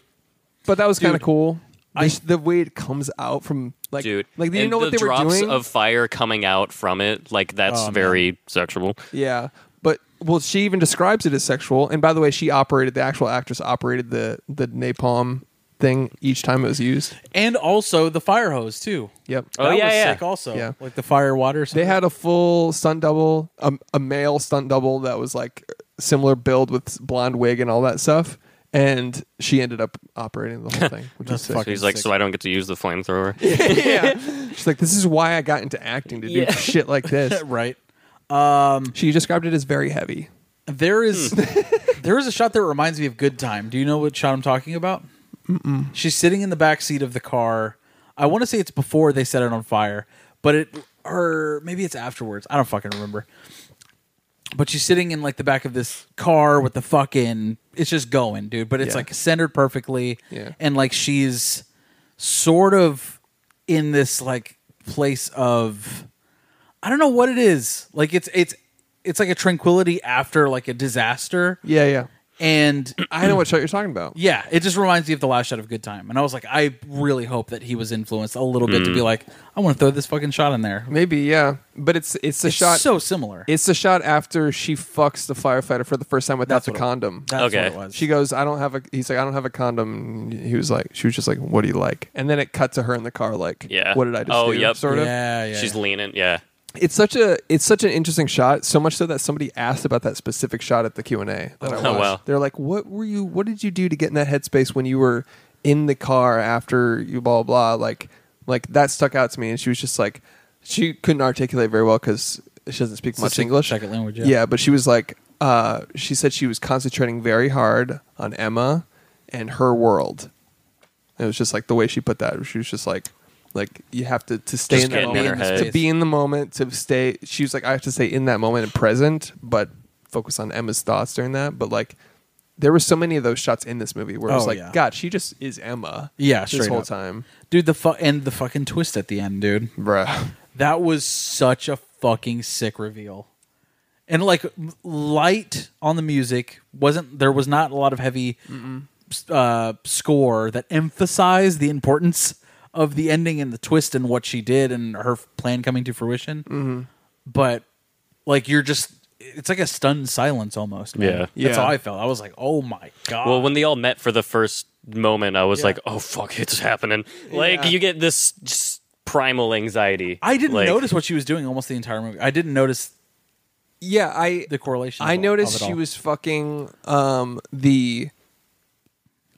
S2: But that was kind of cool. I, the way it comes out from like
S3: Dude,
S2: like they didn't
S3: and
S2: know
S3: the
S2: what they were
S3: drops
S2: doing.
S3: of fire coming out from it, like that's very sexual.
S2: Yeah, but well, she even describes it as sexual. And by the way, she operated the actual actress operated the the napalm thing each time it was used.
S1: And also the fire hose, too.
S2: Yep.
S3: Oh,
S1: That
S3: yeah,
S1: was
S3: yeah.
S1: sick also.
S2: Yeah.
S1: Like the fire water.
S2: They had a full stunt double, a, a male stunt double that was like similar build with blonde wig and all that stuff. And she ended up operating the whole thing, which is
S1: That's
S2: sick.
S1: fucking
S3: He's like,
S1: sick.
S3: so I don't get to use the flamethrower.
S2: yeah. She's like, this is why I got into acting to do
S3: Yeah.
S2: shit like this.
S1: right.
S2: She described it as very heavy.
S1: There is there is a shot that reminds me of Good Time. Do you know what shot I'm talking about? Mm-mm. She's sitting in the back seat of the car. I want to say it's before they set it on fire, but it or maybe it's afterwards. I don't fucking remember. But she's sitting in like the back of this car with the fucking it's just going, dude. But it's
S2: Yeah.
S1: like centered perfectly,
S2: Yeah.
S1: and like she's sort of in this like place of I don't know what it is. Like it's it's it's like a tranquility after like a disaster.
S2: Yeah, yeah.
S1: And
S2: I know what shot you're talking about.
S1: yeah, it just reminds me of the last shot of Good Time. And I was like, I really hope that he was influenced a little bit to
S3: Hmm.
S1: be like, I want to throw this fucking shot in there.
S2: Maybe, yeah. But it's it's the
S1: It's
S2: shot.
S1: so similar.
S2: it's the shot after she fucks the firefighter for the first time without
S1: That's
S2: the
S1: what it-
S2: condom.
S1: That's
S3: Okay.
S1: what it was.
S2: She goes, I don't have a. He's like, I don't have a condom. He was like, she was just like, what do you like? And then it cut to her in the car, like,
S3: Yeah.
S2: what did I just
S3: Oh,
S2: do?
S3: yep.
S2: Sort of.
S1: yeah, yeah.
S3: She's leaning. Yeah.
S2: It's such a, it's such an interesting shot. So much so that somebody asked about that specific shot at the Q and A. Oh
S3: wow.
S2: They're like, what were you? What did you do to get in that headspace when you were in the car after you blah blah? blah? Like, like that stuck out to me. And she was just like, she couldn't articulate very well because she doesn't speak
S1: a
S2: much
S1: sec-
S2: English.
S1: second language, yeah.
S2: but she was like, uh, she said she was concentrating very hard on Emma and her world. It was just like the way she put that. She was just like, like you have to to stay
S3: Just
S2: in that
S3: getting in
S2: moment,
S3: her
S2: to
S3: head.
S2: be in the moment, to stay. She was like, I have to stay in that moment and present, but focus on Emma's thoughts during that, but like there were so many of those shots in this movie where I was
S1: Oh,
S2: like,
S1: yeah.
S2: God, she just is Emma.
S1: Yeah,
S2: this
S1: straight
S2: whole
S1: up.
S2: time,
S1: dude. The fu- and the fucking twist at the end, dude.
S2: bruh.
S1: That was such a fucking sick reveal. And like m- light on the music wasn't there was not a lot of heavy s- uh, score that emphasized the importance of the ending and the twist and what she did and her f- plan coming to fruition.
S3: Mm-hmm.
S1: But like you're just it's like a stunned silence almost. Man.
S3: Yeah.
S1: that's
S2: Yeah.
S1: how I felt. I was like, oh my god.
S3: Well, when they all met for the first moment, I was
S1: Yeah.
S3: like, "Oh fuck, it's happening!" Like
S2: Yeah.
S3: you get this just primal anxiety.
S1: I didn't
S3: Like,
S1: notice what she was doing almost the entire movie. I didn't notice
S2: Yeah, I
S1: the correlation.
S2: I
S1: of-
S2: noticed
S1: of it
S2: she
S1: all.
S2: was fucking um the.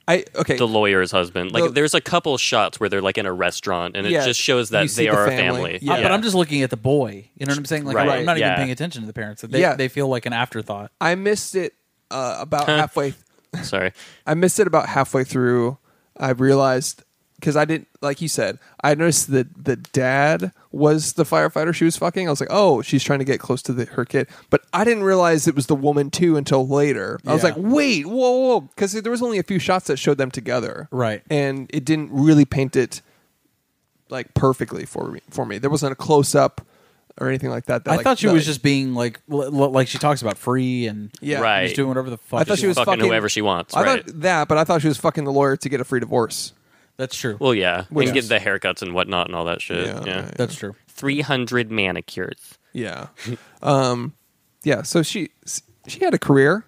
S2: I okay.
S3: the lawyer's husband. Like
S2: The-
S3: there's a couple shots where they're like in a restaurant, and it
S2: Yeah.
S3: just shows
S2: You
S3: that
S2: see
S3: they
S2: the
S3: are
S2: family.
S3: a family.
S2: Yeah.
S1: Uh, but I'm just looking at the boy. You know what I'm saying? Like
S3: Right.
S1: I'm not even
S3: Yeah.
S1: paying attention to the parents. They
S2: Yeah.
S1: they feel like an afterthought.
S2: I missed it uh, about
S3: Huh.
S2: halfway.
S3: sorry.
S2: I missed it about halfway through. I realized because I didn't like you said. I noticed that the dad was the firefighter she was fucking. I was like, oh, she's trying to get close to the, her kid, but I didn't realize it was the woman too until later. I was
S1: Yeah.
S2: like, wait, whoa, whoa, because there was only a few shots that showed them together,
S1: Right.
S2: And it didn't really paint it like perfectly for me. For me, there wasn't a close up or anything like that. that
S1: I
S2: like,
S1: thought she
S2: that-
S1: was just being like l- l- like she talks about free and
S2: Yeah.
S3: Right.
S1: just doing whatever the fuck.
S2: I thought she was
S3: fucking,
S2: fucking-
S3: whoever she wants.
S2: I
S3: right.
S2: thought that, but I thought she was fucking the lawyer to get a free divorce.
S1: That's true.
S3: well, yeah.
S2: Which-
S3: and get the haircuts and whatnot and all that shit.
S2: Yeah,
S3: Yeah.
S2: yeah.
S1: That's true.
S3: Three hundred manicures.
S2: Yeah. um, yeah. So she she had a career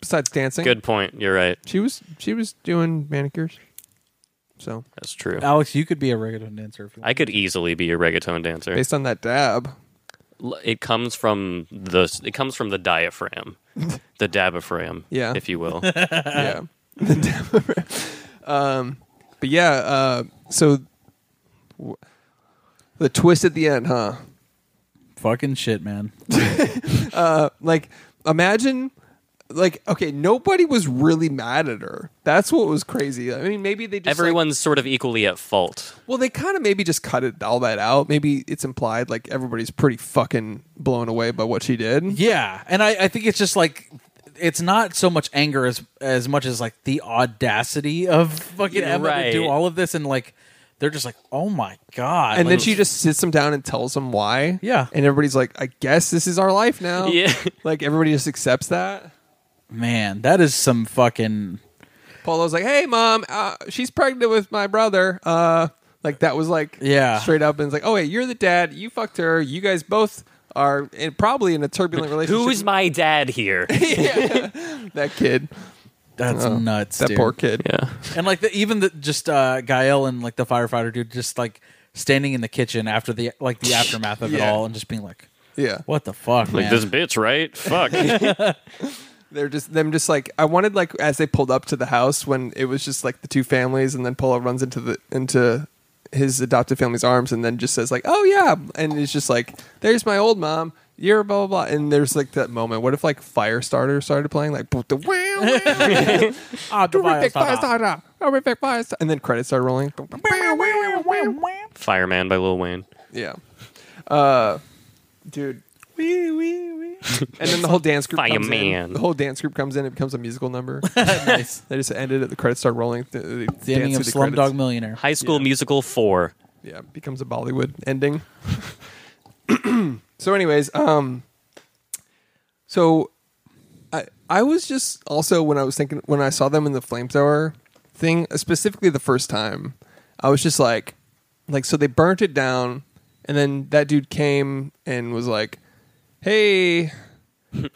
S2: besides dancing.
S3: Good point. You're right.
S2: She was she was doing manicures. So
S3: That's true.
S1: Alex, you could be a reggaeton dancer if you want.
S3: I could easily be a reggaeton dancer.
S2: based on that dab,
S3: L- it comes from the it comes from the diaphragm, the dabiphram,
S2: Yeah.
S3: if you will.
S2: yeah. um, but yeah. Uh, so w- the twist at the end, huh?
S1: fucking shit, man.
S2: Like imagine. Like okay, nobody was really mad at her. That's what was crazy. I mean, maybe they just like-
S3: Everyone's sort of equally at fault.
S2: Well, they kind of maybe just cut it all that out. Maybe it's implied like everybody's pretty fucking blown away by what she did.
S1: Yeah, and I, I think it's just like it's not so much anger as as much as like the audacity of fucking
S3: Yeah,
S1: Emma to
S3: right.
S1: do all of this and like they're just like oh my god.
S2: And
S1: Like,
S2: then she just sits them down and tells them why.
S1: Yeah.
S2: And everybody's like, I guess this is our life now.
S3: Yeah.
S2: Like everybody just accepts that.
S1: man, that is some fucking
S2: Polo's like, Hey, mom, uh, she's pregnant with my brother. Uh, like that was like,
S1: Yeah.
S2: straight up. And it's like, oh wait, you're the dad. You fucked her. You guys both are in, probably in a turbulent relationship.
S3: Who's my dad here?
S2: that kid?
S1: that's nuts.
S2: Uh, That
S1: dude.
S2: poor kid.
S3: yeah.
S1: and like the, even the just uh Gael and like the firefighter dude just like standing in the kitchen after the like the aftermath of
S2: Yeah.
S1: it all and just being like
S2: Yeah.
S1: what the fuck
S3: Like
S1: man?
S3: this bitch, right? Fuck.
S2: They're just them just like I wanted like as they pulled up to the house when it was just like the two families and then Polo runs into the into his adopted family's arms and then just says like oh yeah and it's just like there's my old mom you're blah blah blah and there's like that moment what if like Firestarter started playing like boop, the wow, wow,
S1: Ah, the
S2: terrific
S1: firefighter.
S2: Firestarter terrific Firestarter and then credits start rolling
S3: Fireman by Lil Wayne.
S2: yeah uh dude wee wee wee and then the whole dance group comes in.
S3: Fireman.
S2: the whole dance group comes in it becomes a musical number.
S1: nice.
S2: They just ended it. The credits start rolling. th- They
S1: It's the ending of
S2: dance through the
S1: Slumdog
S2: credits.
S1: Millionaire.
S3: High School Musical Four.
S2: Yeah, becomes a Bollywood ending. so, anyways, um, so I I was just also when I was thinking when I saw them in the flamethrower thing specifically the first time, I was just like, like so they burnt it down, and then that dude came and was like, hey.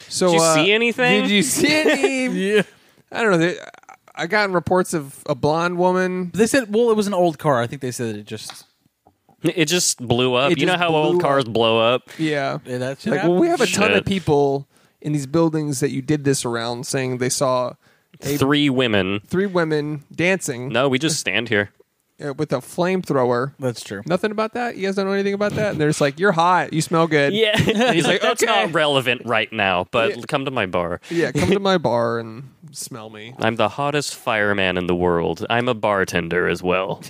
S2: So
S3: Did you
S2: uh,
S3: see anything?
S2: Did you see any
S1: Yeah.
S2: I don't know. They, I got reports of a blonde woman.
S1: They said well it was an old car. I think they said it just
S3: It just blew up.
S2: It
S3: you know
S2: just
S3: how
S2: blew
S3: old cars blow up?
S2: Yeah.
S1: yeah, that shit
S2: Like, well, we have a
S1: happened.
S2: ton of
S3: Shit.
S2: people in these buildings that you did this around saying they saw a,
S3: Three women.
S2: three women dancing
S3: No, we just stand here.
S2: uh, with a flamethrower.
S1: That's true.
S2: Nothing about that? You guys don't know anything about that? And they're just like, you're hot. You smell good.
S3: Yeah. And he's
S2: like,
S3: like, that's
S2: "Okay."
S3: not relevant right now, but come to my bar.
S2: Yeah, come to my bar and smell me.
S3: I'm the hottest fireman in the world. I'm a bartender as well.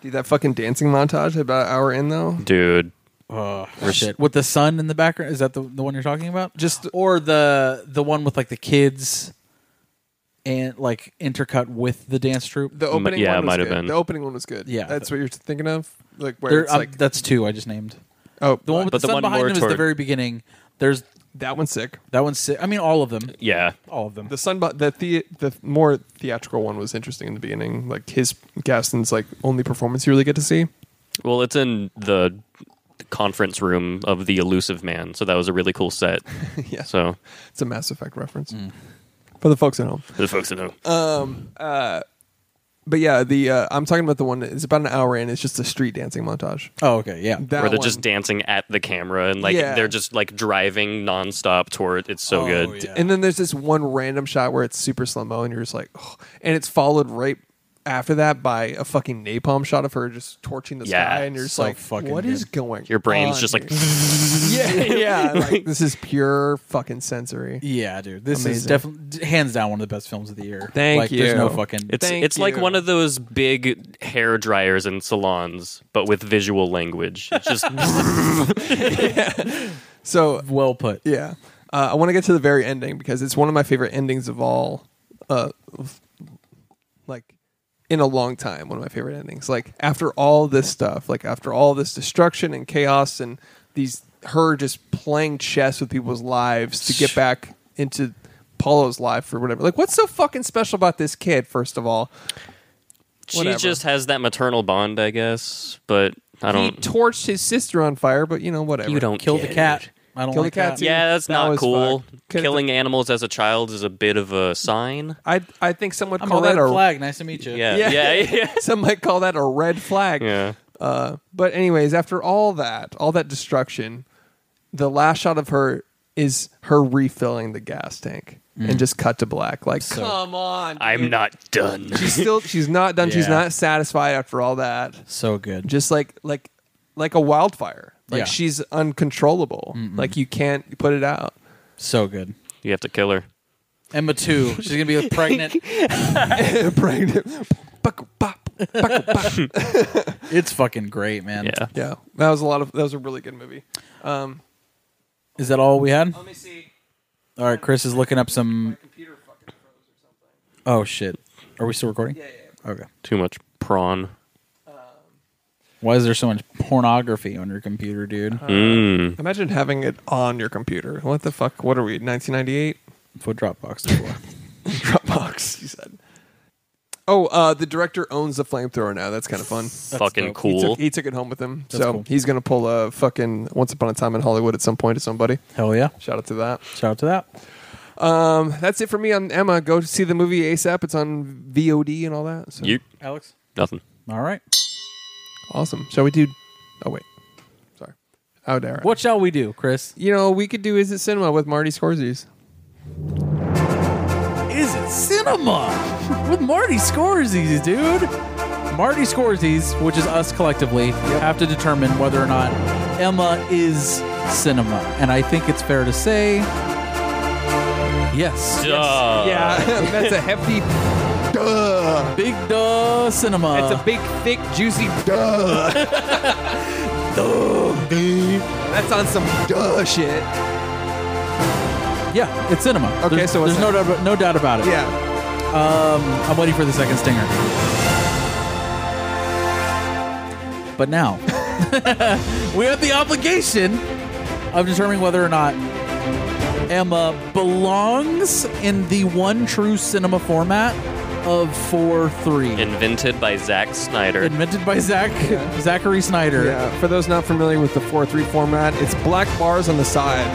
S2: Dude, that fucking dancing montage about an hour in, though.
S3: Dude.
S1: uh, shit with the sun in the background. Is that the, the one you're talking about?
S2: Just-
S1: or the the one with like the kids and like intercut with the dance troupe.
S2: The opening
S3: yeah,
S2: one
S3: it
S2: was
S3: might have
S2: good.
S3: been.
S2: The opening one was good.
S1: Yeah.
S2: that's what you're thinking of. Like where
S1: There-
S2: it's
S1: um,
S2: like
S1: that's two I just named.
S2: oh,
S1: The one with
S3: But
S1: the,
S3: the
S1: sun
S3: one
S1: behind
S3: more
S1: him is the
S3: toward-
S1: very beginning. There's
S2: that one's sick.
S1: that one's. si- I mean, all of them.
S3: Yeah.
S1: All of them.
S2: The sun, the, the the more theatrical one was interesting in the beginning. Like his Gaston's like only performance you really get to see.
S3: Well, it's in the conference room of the elusive man, so that was a really cool set.
S2: Yeah.
S3: So Mm.
S2: It's a Mass Effect reference for the folks at home.
S3: for the folks that know,
S2: But yeah, the uh, I'm talking about the one. that is about an hour in. It's just a street dancing montage.
S1: oh, okay, yeah.
S2: That
S3: where they're
S2: one-
S3: just dancing at the camera and like
S2: Yeah.
S3: they're just like driving nonstop toward. It's so
S1: Oh,
S3: good.
S1: yeah.
S2: And then there's this one random shot where it's super slow mo, and you're just like, oh. and it's followed right after that by a fucking napalm shot of her just torching the
S3: Yeah,
S2: sky, and you're just
S1: so
S2: like,
S1: fucking
S2: what
S1: good.
S2: is going?
S3: Your brain's
S2: on
S3: just like
S2: here? yeah, yeah. Like this is pure fucking sensory.
S1: Yeah, dude, this is
S2: Amazing.
S1: definitely hands down one of the best films of the year.
S2: Thank
S1: like, There's no
S2: you.
S1: fucking.
S3: It's
S2: Thank
S3: it's like
S2: you.
S3: one of those big hair dryers in salons, but with visual language. It's just
S2: So
S1: well put.
S2: Yeah. Uh, I want to get to the very ending because it's one of my favorite endings of all, uh, of- like, in a long time. One of my favorite endings. Like, after all this stuff, like, after all this destruction and chaos and these, her just playing chess with people's lives to get back into Paulo's life or whatever. Like, what's so fucking special about this kid, first of all?
S3: she
S2: Whatever.
S3: just has that maternal bond, I guess. But I
S2: He
S3: don't.
S2: torched his sister on fire, but, you know, whatever.
S3: you don't
S1: Kill
S3: care.
S1: the cat. I don't
S2: Kill the
S1: like
S2: cat,
S1: that.
S2: too.
S3: Yeah, that's
S2: That
S3: not
S2: was
S3: cool.
S2: fucked. Could've-
S3: Killing animals as a child is a bit of a sign.
S2: I, I think some would
S1: I'm
S2: call
S1: a red
S2: that a.
S1: flag. Nice to meet you.
S3: Yeah,
S2: Yeah.
S3: yeah, yeah. yeah.
S2: Some might call that a red flag. Uh, but anyways, after all that, all that destruction, the last shot of her is her refilling the gas tank
S1: Mm.
S2: and just cut to black. Like, come on,
S3: I'm not done.
S2: she's still she's not done. She's
S1: Yeah.
S2: not satisfied after all that.
S1: So good.
S2: Just like like like a wildfire. Like
S1: Yeah.
S2: she's uncontrollable. Like you can't put it out.
S1: So good.
S3: You have to kill her.
S1: Emma too. She's gonna be pregnant.
S2: Pregnant. Buckle bop. Buckle bop.
S1: It's fucking great, man.
S3: Yeah.
S2: Yeah, that was a lot of. That was a really good movie.
S1: Is that all we had?
S2: Let me see.
S1: All right, Chris is looking up some.
S2: Computer fucking froze or something.
S1: Oh shit. Are we still recording?
S2: Yeah, yeah. yeah.
S1: Okay.
S3: Too much prawn.
S1: Why is there so much pornography on your computer, dude?
S2: Uh,
S3: Mm.
S2: Imagine having it on your computer. What the fuck? What are we? 1998?
S1: What Dropbox before?
S2: Dropbox. You said. Oh, uh, the director owns the flamethrower now. That's kind of fun.
S3: Fucking
S1: dope.
S2: He
S3: cool.
S2: took, he took it home with him,
S1: That's
S2: so
S1: cool.
S2: he's gonna pull a fucking Once Upon a Time in Hollywood at some point to somebody.
S1: Hell yeah!
S2: Shout out to that.
S1: Shout out to that.
S2: Um, that's it for me on Emma. Go see the movie ASAP. It's on VOD and all that. So.
S3: You
S1: Alex.
S3: nothing.
S1: All right.
S2: awesome. Shall we do? Oh wait, sorry. How dare I?
S1: What shall we do, Chris?
S2: You know we could do Is It Cinema with Marty Scorsese.
S1: Is it cinema with Marty Scorsese, dude? Marty Scorsese, which is us collectively, have to determine whether or not Emma is cinema, and I think it's fair to say, yes,
S3: Duh.
S2: Yeah, that's a hefty. Duh.
S1: big duh cinema.
S2: It's a big, thick, juicy duh. duh, dude. That's on some duh shit.
S1: yeah, it's cinema.
S2: Okay,
S1: There's-
S2: so it's
S1: there's no doubt, no doubt about it.
S2: Yeah.
S1: I'm waiting for the second stinger. But now, we have the obligation of determining whether or not Emma belongs in the one true cinema format of 4 3.
S3: Invented by Zack Snyder.
S1: Invented by Zach, Zachary Snyder.
S2: Yeah. For those not familiar with the 4 3 format, it's black bars on the side.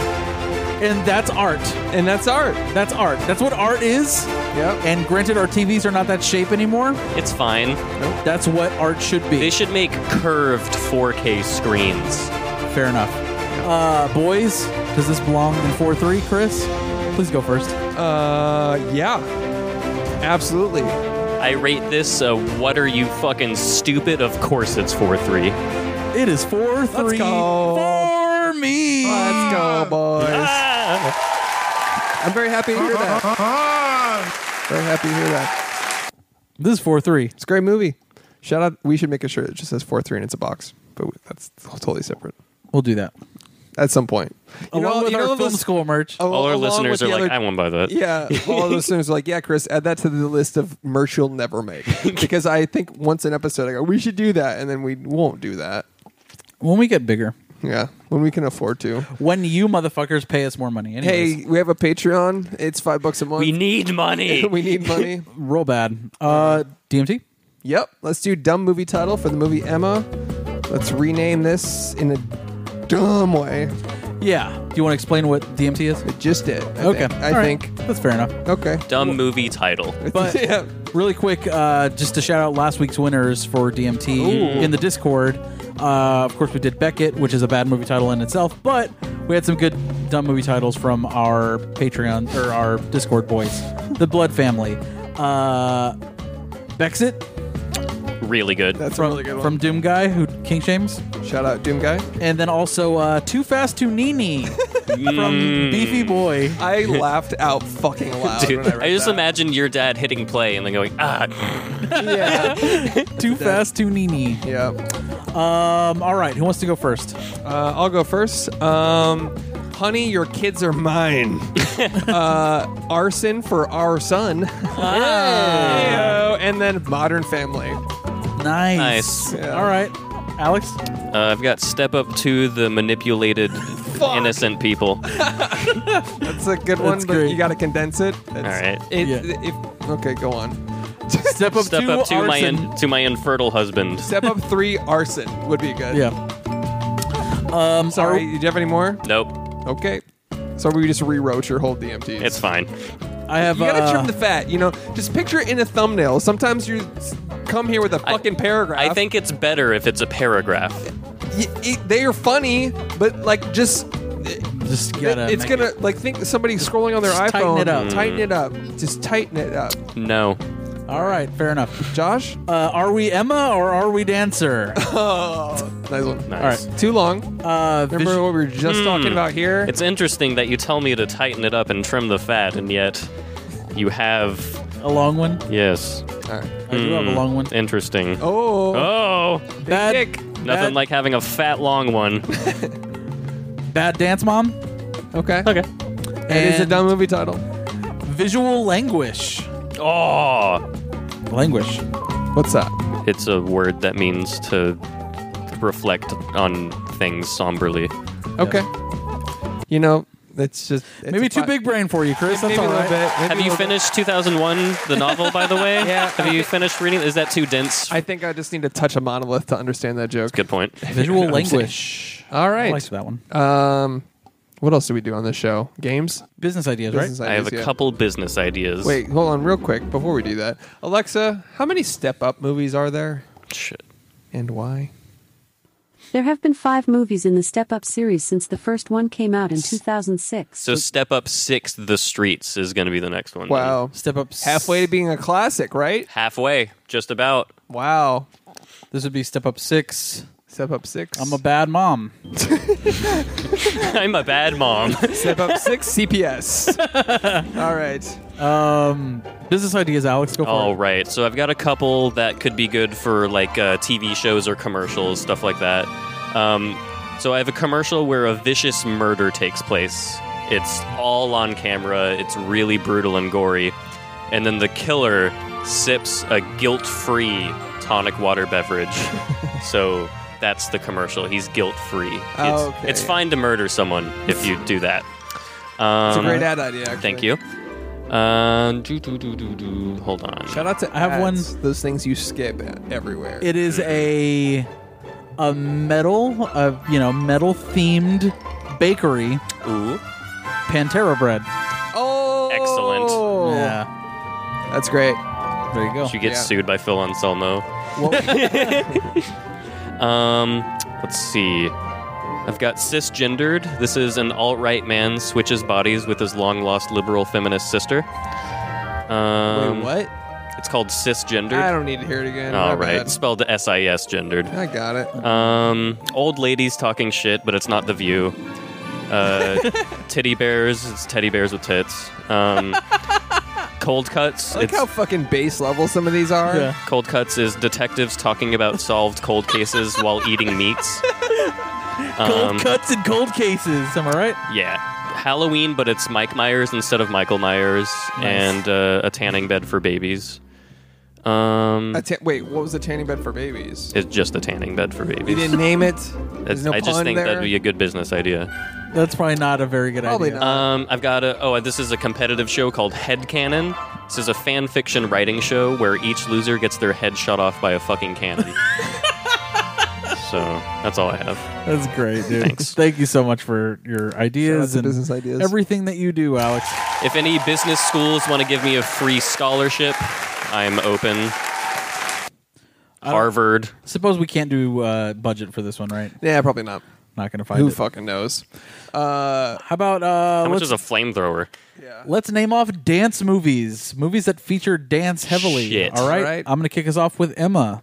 S1: And that's art.
S2: And that's art.
S1: That's art. That's what art is.
S2: Yep.
S1: And granted, our TVs are not that shape anymore.
S3: It's fine.
S1: That's what art should be.
S3: They should make curved 4K screens.
S1: Fair enough. Uh, boys, does this belong in 4 3, Chris? Please go first.
S2: Uh, yeah. Absolutely.
S3: I rate this. Uh, what are you fucking stupid? Of course, it's four three.
S1: It is 4 3
S2: go.
S1: for me.
S2: Let's go, boys. Ah! I'm very happy to hear that. Very happy to hear that.
S1: This is 4 3.
S2: It's a great movie. Shout out. We should make a shirt that just says 4 3 and it's a box, but we- that's totally separate.
S1: We'll do that.
S2: at some point. You
S1: along with
S2: you
S1: our
S2: what
S1: film
S2: was- Oh.
S1: school merch.
S2: al-
S3: All our
S2: along with
S3: listeners
S2: the
S3: are like,
S2: other-
S3: I won't buy that.
S2: Yeah, all of the listeners are like, yeah, Chris, add that to the list of merch you'll never make because I think once an episode I go, we should do that, and then we won't do that.
S1: When we get bigger,
S2: Yeah, when we can afford to.
S1: when you motherfuckers pay us more money. Anyways,
S2: Hey, we have a Patreon. It's five bucks a month.
S3: We need money.
S2: we need money.
S1: real bad. Uh, DMT.
S2: Yep. Let's do dumb movie title for the movie Emma. Let's rename this in a dumb way.
S1: Yeah. Do you want to explain what DMT is?
S2: It just did. I
S1: okay.
S2: Think. I
S1: All right.
S2: think.
S1: that's fair enough.
S2: Okay.
S3: Dumb movie title.
S1: But-
S2: yeah.
S1: Really quick, uh, just to shout out last week's winners for DMT in the Discord. Uh, of course, we did Beckett, which is a bad movie title in itself, but we had some good dumb movie titles from our Patreon or our Discord boys, the Blood Family. Uh, Bexit
S3: Really good.
S2: That's
S1: from
S2: a really good one.
S1: from Doom Guy who King shames,
S2: Shout out Doom Guy.
S1: and then also uh, Too Fast Too Nini from Beefy Boy.
S2: I laughed out fucking loud.
S3: Dude,
S2: when I, read
S3: I, just
S2: that.
S3: imagined your dad hitting play and then going, ah,
S2: Yeah.
S1: Too Fast Too Nini.
S2: yeah.
S1: Um, all right, who wants to go first?
S2: Uh, I'll go first. Um, honey, your kids are mine. uh, arson for our son. Heyo. And then Modern Family.
S1: Nice.
S3: Nice.
S2: Yeah.
S1: All right, Alex.
S3: uh, I've got step up to the manipulated innocent people.
S2: That's a good one,
S1: That's
S2: but
S1: great.
S2: you got to condense it. All
S3: right.
S2: It,
S1: Yeah.
S2: if, okay, go on.
S1: Step up
S3: Step
S1: to
S3: up to my
S1: arson.
S3: in, to my infertile husband.
S2: Step up three, arson would be good.
S1: Yeah. Um,
S2: All
S1: sorry.
S2: right. Did you have any more?
S3: Nope,
S2: Okay. So we just rewrote your whole DMT.
S3: it's fine.
S1: I have.
S2: You gotta
S1: uh,
S2: trim the fat, you know. Just picture it in a thumbnail. Sometimes you s- come here with a
S3: I-
S2: fucking paragraph.
S3: I think it's better if it's a paragraph.
S2: y- y- they are funny, but like just
S1: just
S2: Th-
S1: gotta.
S2: it's
S1: make
S2: gonna
S1: it.
S2: like think somebody scrolling on their
S1: Just tighten
S2: iPhone.
S1: it up.
S2: Tighten it up. Just tighten it up.
S3: No.
S1: All right, fair enough.
S2: Josh,
S1: Uh, are we Emma or are we dancer?
S2: nice one.
S3: Nice.
S2: Too long.
S1: Uh,
S2: Remember
S1: vis-
S2: what we were
S3: Hmm.
S2: just talking about here?
S3: It's interesting that you tell me to tighten it up and trim the fat, and yet you have.
S1: a long one.
S3: Yes.
S2: All right.
S1: I do have a long one.
S3: Interesting.
S2: Oh,
S3: Oh!
S1: Bad,
S2: dick.
S1: bad-
S3: Nothing like having a fat, long one.
S1: bad dance mom.
S2: okay.
S3: Okay.
S2: It is a
S1: and
S2: dumb movie title.
S1: Visual languish.
S3: Oh!
S1: Languish.
S2: What's that?
S3: It's a word that means to reflect on things somberly.
S2: Okay. You know, it's just it's
S1: Maybe
S2: a
S1: too
S2: fi-
S1: big brain for you, Chris. That's
S2: Maybe a
S1: all
S2: little
S1: right.
S2: bit. Maybe
S3: Have
S2: a
S3: you
S2: little bit.
S3: finished 2001, the novel, by the way?
S2: Yeah.
S3: Have you finished reading? Is that too dense?
S2: I think I just need to touch a monolith to understand that joke.
S3: Good point.
S1: Visual languish.
S2: All
S1: I
S2: right.
S1: liked that one.
S2: Um, what else do we do on this show? Games.
S1: Business ideas, right?
S2: Business
S3: I have
S2: ideas,
S3: a
S2: yeah.
S3: couple business ideas.
S2: Wait, hold on, real quick before we do that. Alexa, how many Step Up movies are there,
S3: Shit.
S2: and why?
S5: There have been five movies in the Step Up series since the first one came out in 2006.
S3: So step up six. The streets is going to be the next one.
S2: Wow,
S1: Step up. s-
S2: halfway to being a classic, right?
S3: Halfway, just about.
S2: Wow,
S1: This would be step up six.
S2: Step Up Six.
S1: I'm a bad mom.
S3: I'm a bad mom.
S2: Step Up Six CPS. All right,
S1: Business ideas, Alex. Go for
S3: All
S1: it.
S3: Oh, right. So I've got a couple that could be good for like uh, TV shows or commercials, stuff like that. Um, so I have a commercial where a vicious murder takes place. It's all on camera. It's really brutal and gory. And then the killer sips a guilt-free tonic water beverage. so that's the commercial. He's guilt-free. It's,
S2: Okay.
S3: it's fine to murder someone if you do that.
S2: it's a
S3: Um,
S2: great ad idea. Actually.
S3: Thank you. Um, do, do, do, do, do. Hold on.
S2: Shout out to
S1: I have one-
S2: ads, Those things you skip everywhere.
S1: It is a a metal, a you know, metal themed bakery,
S3: Ooh.
S1: Pantera bread.
S2: oh,
S3: Excellent.
S1: Yeah,
S2: that's great.
S1: there you go.
S3: She gets
S2: Oh, Yeah.
S3: sued by Phil Anselmo.
S2: Well,
S3: Um, let's see. I've got cisgendered. This is an alt right man switches bodies with his long lost liberal feminist sister. Um,
S2: wait, what?
S3: It's called cisgendered.
S2: I don't need to hear it again.
S3: All
S2: My
S3: right,
S2: bad.
S3: spelled S I S gendered.
S2: I got it.
S3: Um, old ladies talking shit, but it's not the view. Uh, teddy bears. It's teddy bears with tits. Um, cold cuts.
S2: I like
S3: it's
S2: how fucking base level some of these are.
S1: Yeah.
S3: Cold Cuts is detectives talking about solved cold cases while eating meats. Um,
S1: cold cuts and cold cases. Am I right?
S3: Yeah. Halloween, but it's Mike Myers instead of Michael Myers, and uh, a tanning bed for babies. Um,
S2: A ta- wait, what was the tanning bed for babies?
S3: it's just a tanning bed for
S2: You
S3: babies.
S2: didn't name it. There's
S3: That's-
S2: no
S3: I just
S2: pun
S3: think
S2: there.
S3: that'd be a good business idea.
S1: That's probably not a very good
S2: Probably
S1: idea.
S2: not.
S3: Um, I've got a. Oh, this is a competitive show called Headcanon. This is a fan fiction writing show where each loser gets their head shot off by a fucking cannon. so that's all I have.
S1: That's great, dude.
S3: Thanks.
S1: Thank you so much for your ideas
S2: to
S1: and
S2: business ideas.
S1: everything that you do, Alex.
S3: If any business schools want to give me a free scholarship, I'm open. Harvard.
S1: Suppose we can't do uh, budget for this one, right?
S2: yeah, probably not.
S1: Not gonna find
S2: Who
S1: it.
S2: fucking knows? Uh,
S1: How about uh,
S3: How much
S1: let's,
S3: is a flamethrower?
S1: let's name off dance movies, movies that feature dance heavily.
S3: Shit.
S1: All right?
S2: Right.
S1: I'm gonna kick us off with Emma.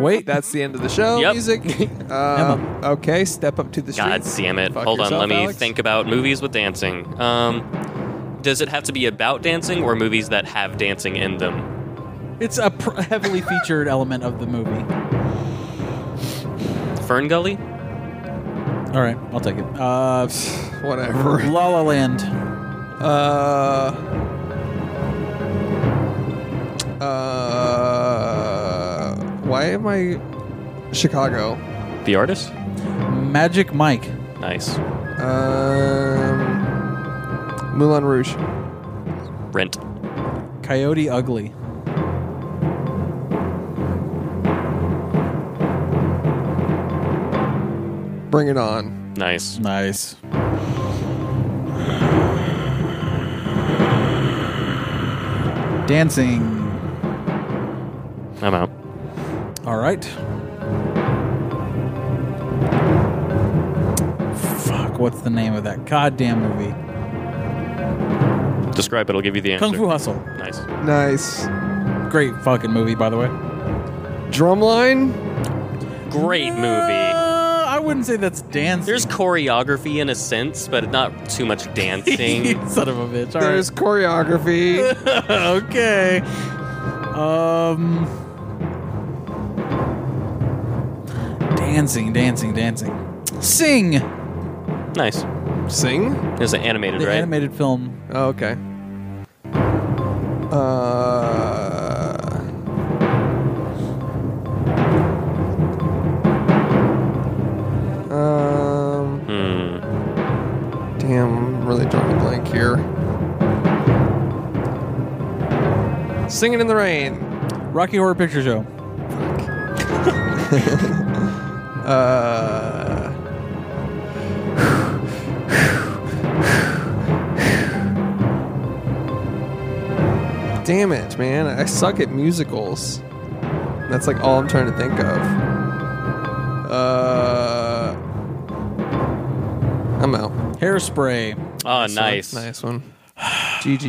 S1: Wait,
S2: that's the end of the show.
S3: Yep.
S2: Music. Um, okay, step up to the
S3: God
S2: streets.
S3: damn it.
S2: Fuck
S3: Hold on,
S2: yourself,
S3: let me
S2: Alex.
S3: think about movies with dancing. Um, does it have to be about dancing or movies that have dancing in them?
S1: it's a pr- heavily featured element of the movie.
S3: Fern Gully?
S1: All right, I'll take it. Uh,
S2: Whatever.
S1: La La Land.
S2: Uh. Uh. Why am I Chicago?
S3: The Artist?
S1: Magic Mike.
S3: Nice.
S2: Um. Moulin Rouge.
S3: Rent.
S1: Coyote Ugly.
S2: Bring it on.
S3: Nice.
S1: Nice. Dancing.
S3: I'm out.
S1: All right. Fuck, what's the name of that goddamn movie?
S3: Describe it, I'll give you the answer.
S1: Kung Fu Hustle.
S3: Nice.
S2: Nice.
S1: Great fucking movie, by the way.
S2: Drumline.
S3: Great movie.
S1: Uh, I wouldn't say that's dancing.
S3: There's choreography in a sense, but not too much dancing.
S1: You son of a bitch. All right.
S2: There's choreography.
S1: okay. Um. Dancing, dancing, dancing. Sing. The
S3: nice.
S2: Sing.
S3: It's animated, right?
S1: animated film.
S2: Oh, okay. Uh. Um.
S3: Hmm.
S2: Damn, I'm really drawing a blank here. Singing in the rain.
S1: Rocky Horror Picture Show.
S2: Uh, damn it, man! I suck at musicals. That's like all I'm trying to think of. Uh, I'm out.
S1: Hairspray.
S3: Oh, nice.
S2: nice one. GG.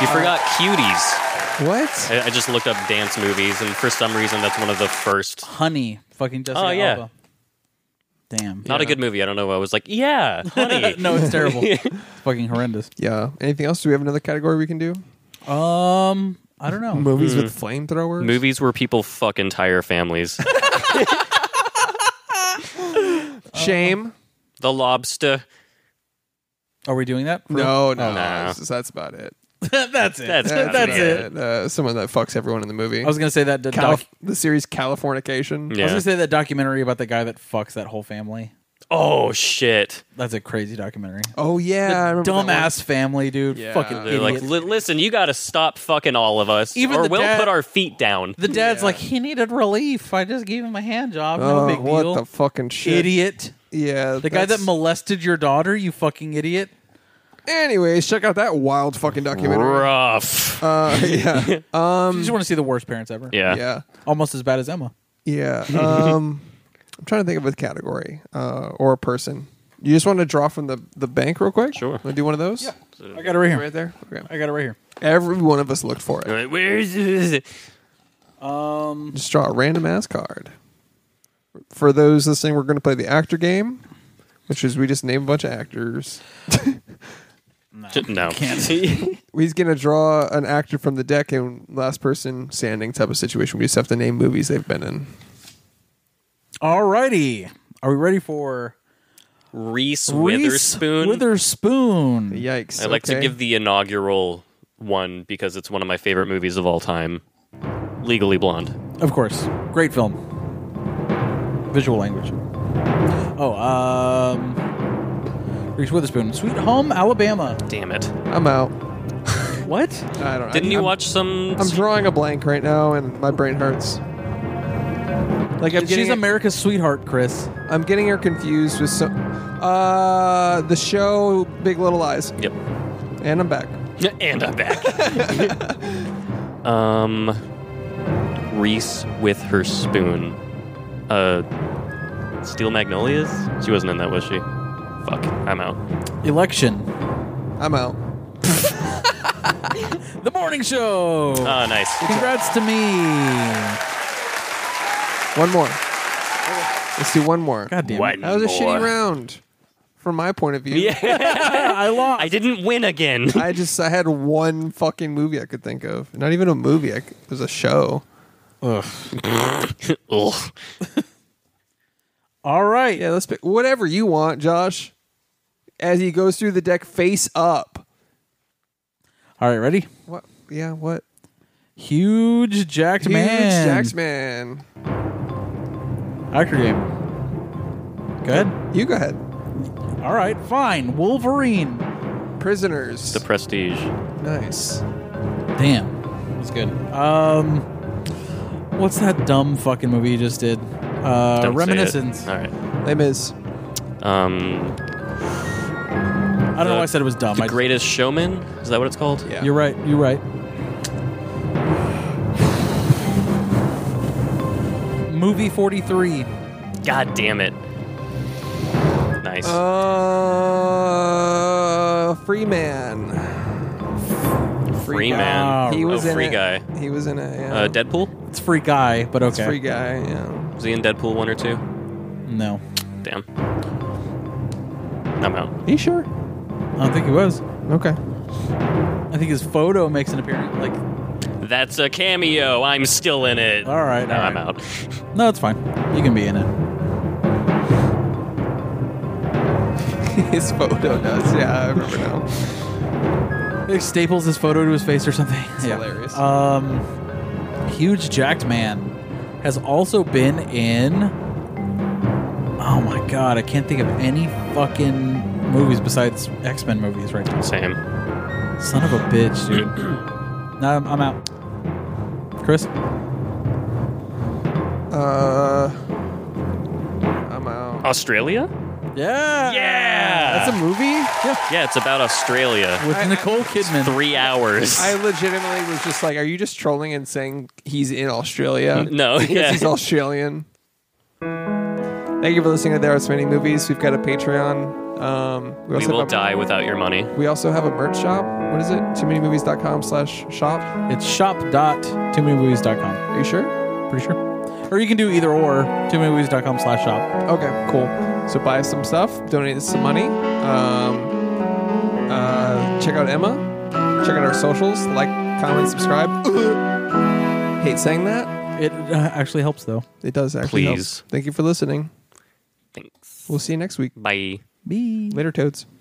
S3: You forgot Cuties.
S2: What?
S3: I, I just looked up dance movies, and for some reason, that's one of the first.
S1: Honey. Fucking Jessica
S3: Oh, yeah.
S1: Alba. Damn.
S3: Not a good movie. I don't know. I was like, yeah, honey.
S1: no, it's terrible. it's fucking horrendous.
S2: Yeah. Anything else? Do we have another category we can do?
S1: Um, I don't know.
S2: Movies with flamethrowers.
S3: Hmm. Movies where people fuck entire families.
S2: Shame.
S3: the Lobster.
S1: Are we doing that? For real?
S2: no, no,
S3: No.
S2: that's- That's about it.
S1: that's it.
S3: That's
S1: that's,
S3: about
S1: it.
S2: That, uh, someone that fucks everyone in the movie.
S1: I was gonna say that. Doc-
S2: Calif- the series Californication.
S1: I was
S3: Yeah.
S1: gonna say that documentary about the guy that fucks that whole family.
S3: Oh shit!
S1: That's a crazy documentary.
S2: Oh yeah, I remember that one.
S1: dumbass family, dude.
S2: Yeah.
S1: Fucking idiot.
S3: They're like, "Li- listen, you got to stop fucking all of us,
S1: Even
S3: or
S1: the
S3: we'll
S1: dad-
S3: put our feet down.
S1: the dad's
S2: Yeah.
S1: like, he needed relief. I just gave him a hand job. No
S2: Oh,
S1: big
S2: what
S1: deal.
S2: the fucking shit,
S1: idiot.
S2: Yeah,
S1: The guy that molested your daughter, you fucking idiot.
S2: Anyways, check out that wild fucking documentary.
S3: Rough.
S2: Uh, yeah, Um,
S1: you just want to see the worst parents ever.
S3: yeah.
S2: yeah,
S1: Almost as bad as Emma.
S2: yeah. Um, I'm trying to think of a category uh, or a person. You just want to draw from the, the bank real quick?
S3: Sure.
S2: Want to do one of those? Yeah.
S1: I got it right here.
S2: Right there? Okay.
S1: I got it right here.
S2: Every one of us looked for it.
S3: Like, Where's this?
S1: Um,
S2: Just draw a random ass card. For those listening, we're going to play the actor game, which is we just name a bunch of actors.
S3: J- no?
S2: We's going to draw an actor from the deck and last person standing type of situation. We just have to name movies they've been in.
S1: alrighty. Are we ready for
S3: Reese,
S1: Reese
S3: Witherspoon.
S1: Witherspoon.
S2: Yikes.
S3: I like to
S2: okay.
S3: give the inaugural one because it's one of my favorite movies of all time. Legally Blonde.
S1: Of course. Great film. Visual language. Oh, um Reese Witherspoon. Sweet Home Alabama.
S3: Damn it!
S2: I'm out.
S1: What?
S2: I don't.
S3: Didn't
S2: I,
S3: you
S2: I'm,
S3: watch some?
S2: I'm drawing a blank right now, and my brain hurts. Like I'm
S1: She's
S2: getting,
S1: America's sweetheart, Chris.
S2: I'm getting her confused with some, uh, the show Big Little Lies,
S3: Yep.
S2: and I'm back.
S3: And I'm back. um, Reese with her spoon. Uh, Steel Magnolias. She wasn't in that, was she? Fuck. I'm out.
S1: Election.
S2: I'm out.
S1: The morning show.
S2: Uh,
S3: Oh, nice.
S1: Congrats to me.
S2: One more. Let's do one more.
S1: God damn it.
S3: One
S2: that was a shitty
S3: more.
S2: round, from my point of view.
S3: Yeah.
S1: I lost.
S3: I didn't win again.
S2: I just I had one fucking movie I could think of. Not even a movie. I c it was a show.
S3: Ugh.
S1: All right.
S2: Yeah, let's pick whatever you want, Josh. As he goes through the deck face up.
S1: All right, ready?
S2: What? Yeah, what?
S1: Huge jacked
S2: Huge
S1: man.
S2: Jaxman.
S1: Actor game. Good.
S2: You go ahead.
S1: All right, fine. Wolverine.
S2: Prisoners.
S3: The Prestige.
S2: Uh, nice.
S1: Damn. That's good. Um What's that dumb fucking movie you just did? Uh
S3: Don't say it.
S1: Reminiscence.
S3: All right.
S2: Les Mis.
S3: Um,
S1: I don't know
S3: The-
S1: why I said it was dumb.
S3: the
S1: I-
S3: Greatest Showman. Is that what it's called?
S2: Yeah.
S1: You're right. You're right. Movie 43.
S3: God damn it. Nice.
S2: Oh, Uh, Free Man.
S3: free
S2: Guy.
S3: man.
S1: He
S2: He was
S3: oh,
S2: in
S3: free
S2: it.
S3: guy.
S2: He was in it. Yeah.
S3: Uh, Deadpool.
S1: It's Free Guy, but okay.
S2: It's Free guy. Yeah.
S3: Was he in Deadpool one or two?
S1: No.
S3: Damn. I'm out.
S2: You sure?
S1: I don't think he was.
S2: Okay.
S1: I think his photo makes an appearance. Like,
S3: That's a cameo. I'm still in it.
S1: All right,
S3: No,
S1: all
S3: I'm
S1: right.
S3: out.
S1: no, it's fine. You can be in it.
S2: His photo does. Yeah, I remember now.
S1: He staples his photo to his face or something.
S2: hilarious.
S1: Um, huge jacked man has also been in. Oh my god, I can't think of any fucking movies besides X Men movies right now.
S3: Same.
S1: Son of a bitch, dude. no, I'm, I'm out. Chris,
S2: Uh, I'm out.
S3: Australia?
S1: yeah,
S3: Yeah.
S2: That's a movie.
S3: yeah, it's about Australia.
S1: with
S2: I-
S1: Nicole Kidman.
S3: Three hours.
S2: I legitimately was just like, "Are you just trolling and saying he's in Australia?
S3: No,
S2: because
S3: yeah.
S2: he's Australian." Thank you for listening to There Are So Many Movies. We've got a Patreon. Um, we
S3: we
S2: also
S3: will
S2: have a,
S3: die without your money.
S2: We also have a merch shop. What is it? Too many movies.com slash shop.
S1: it's shop dot too many movies dot com.
S2: Are you sure?
S1: Pretty sure. Or you can do either or too many movies dot com slash shop.
S2: Okay, cool. So buy us some stuff. Donate us some money. Um, uh, check out Emma. Check out our socials. Like, comment, subscribe. Hate saying that.
S1: It uh, actually helps though.
S2: It does actually. help.
S3: Please.
S2: Thank you for listening.
S3: Thanks.
S2: We'll see you next week.
S3: Bye.
S1: Bye.
S2: Later, toads.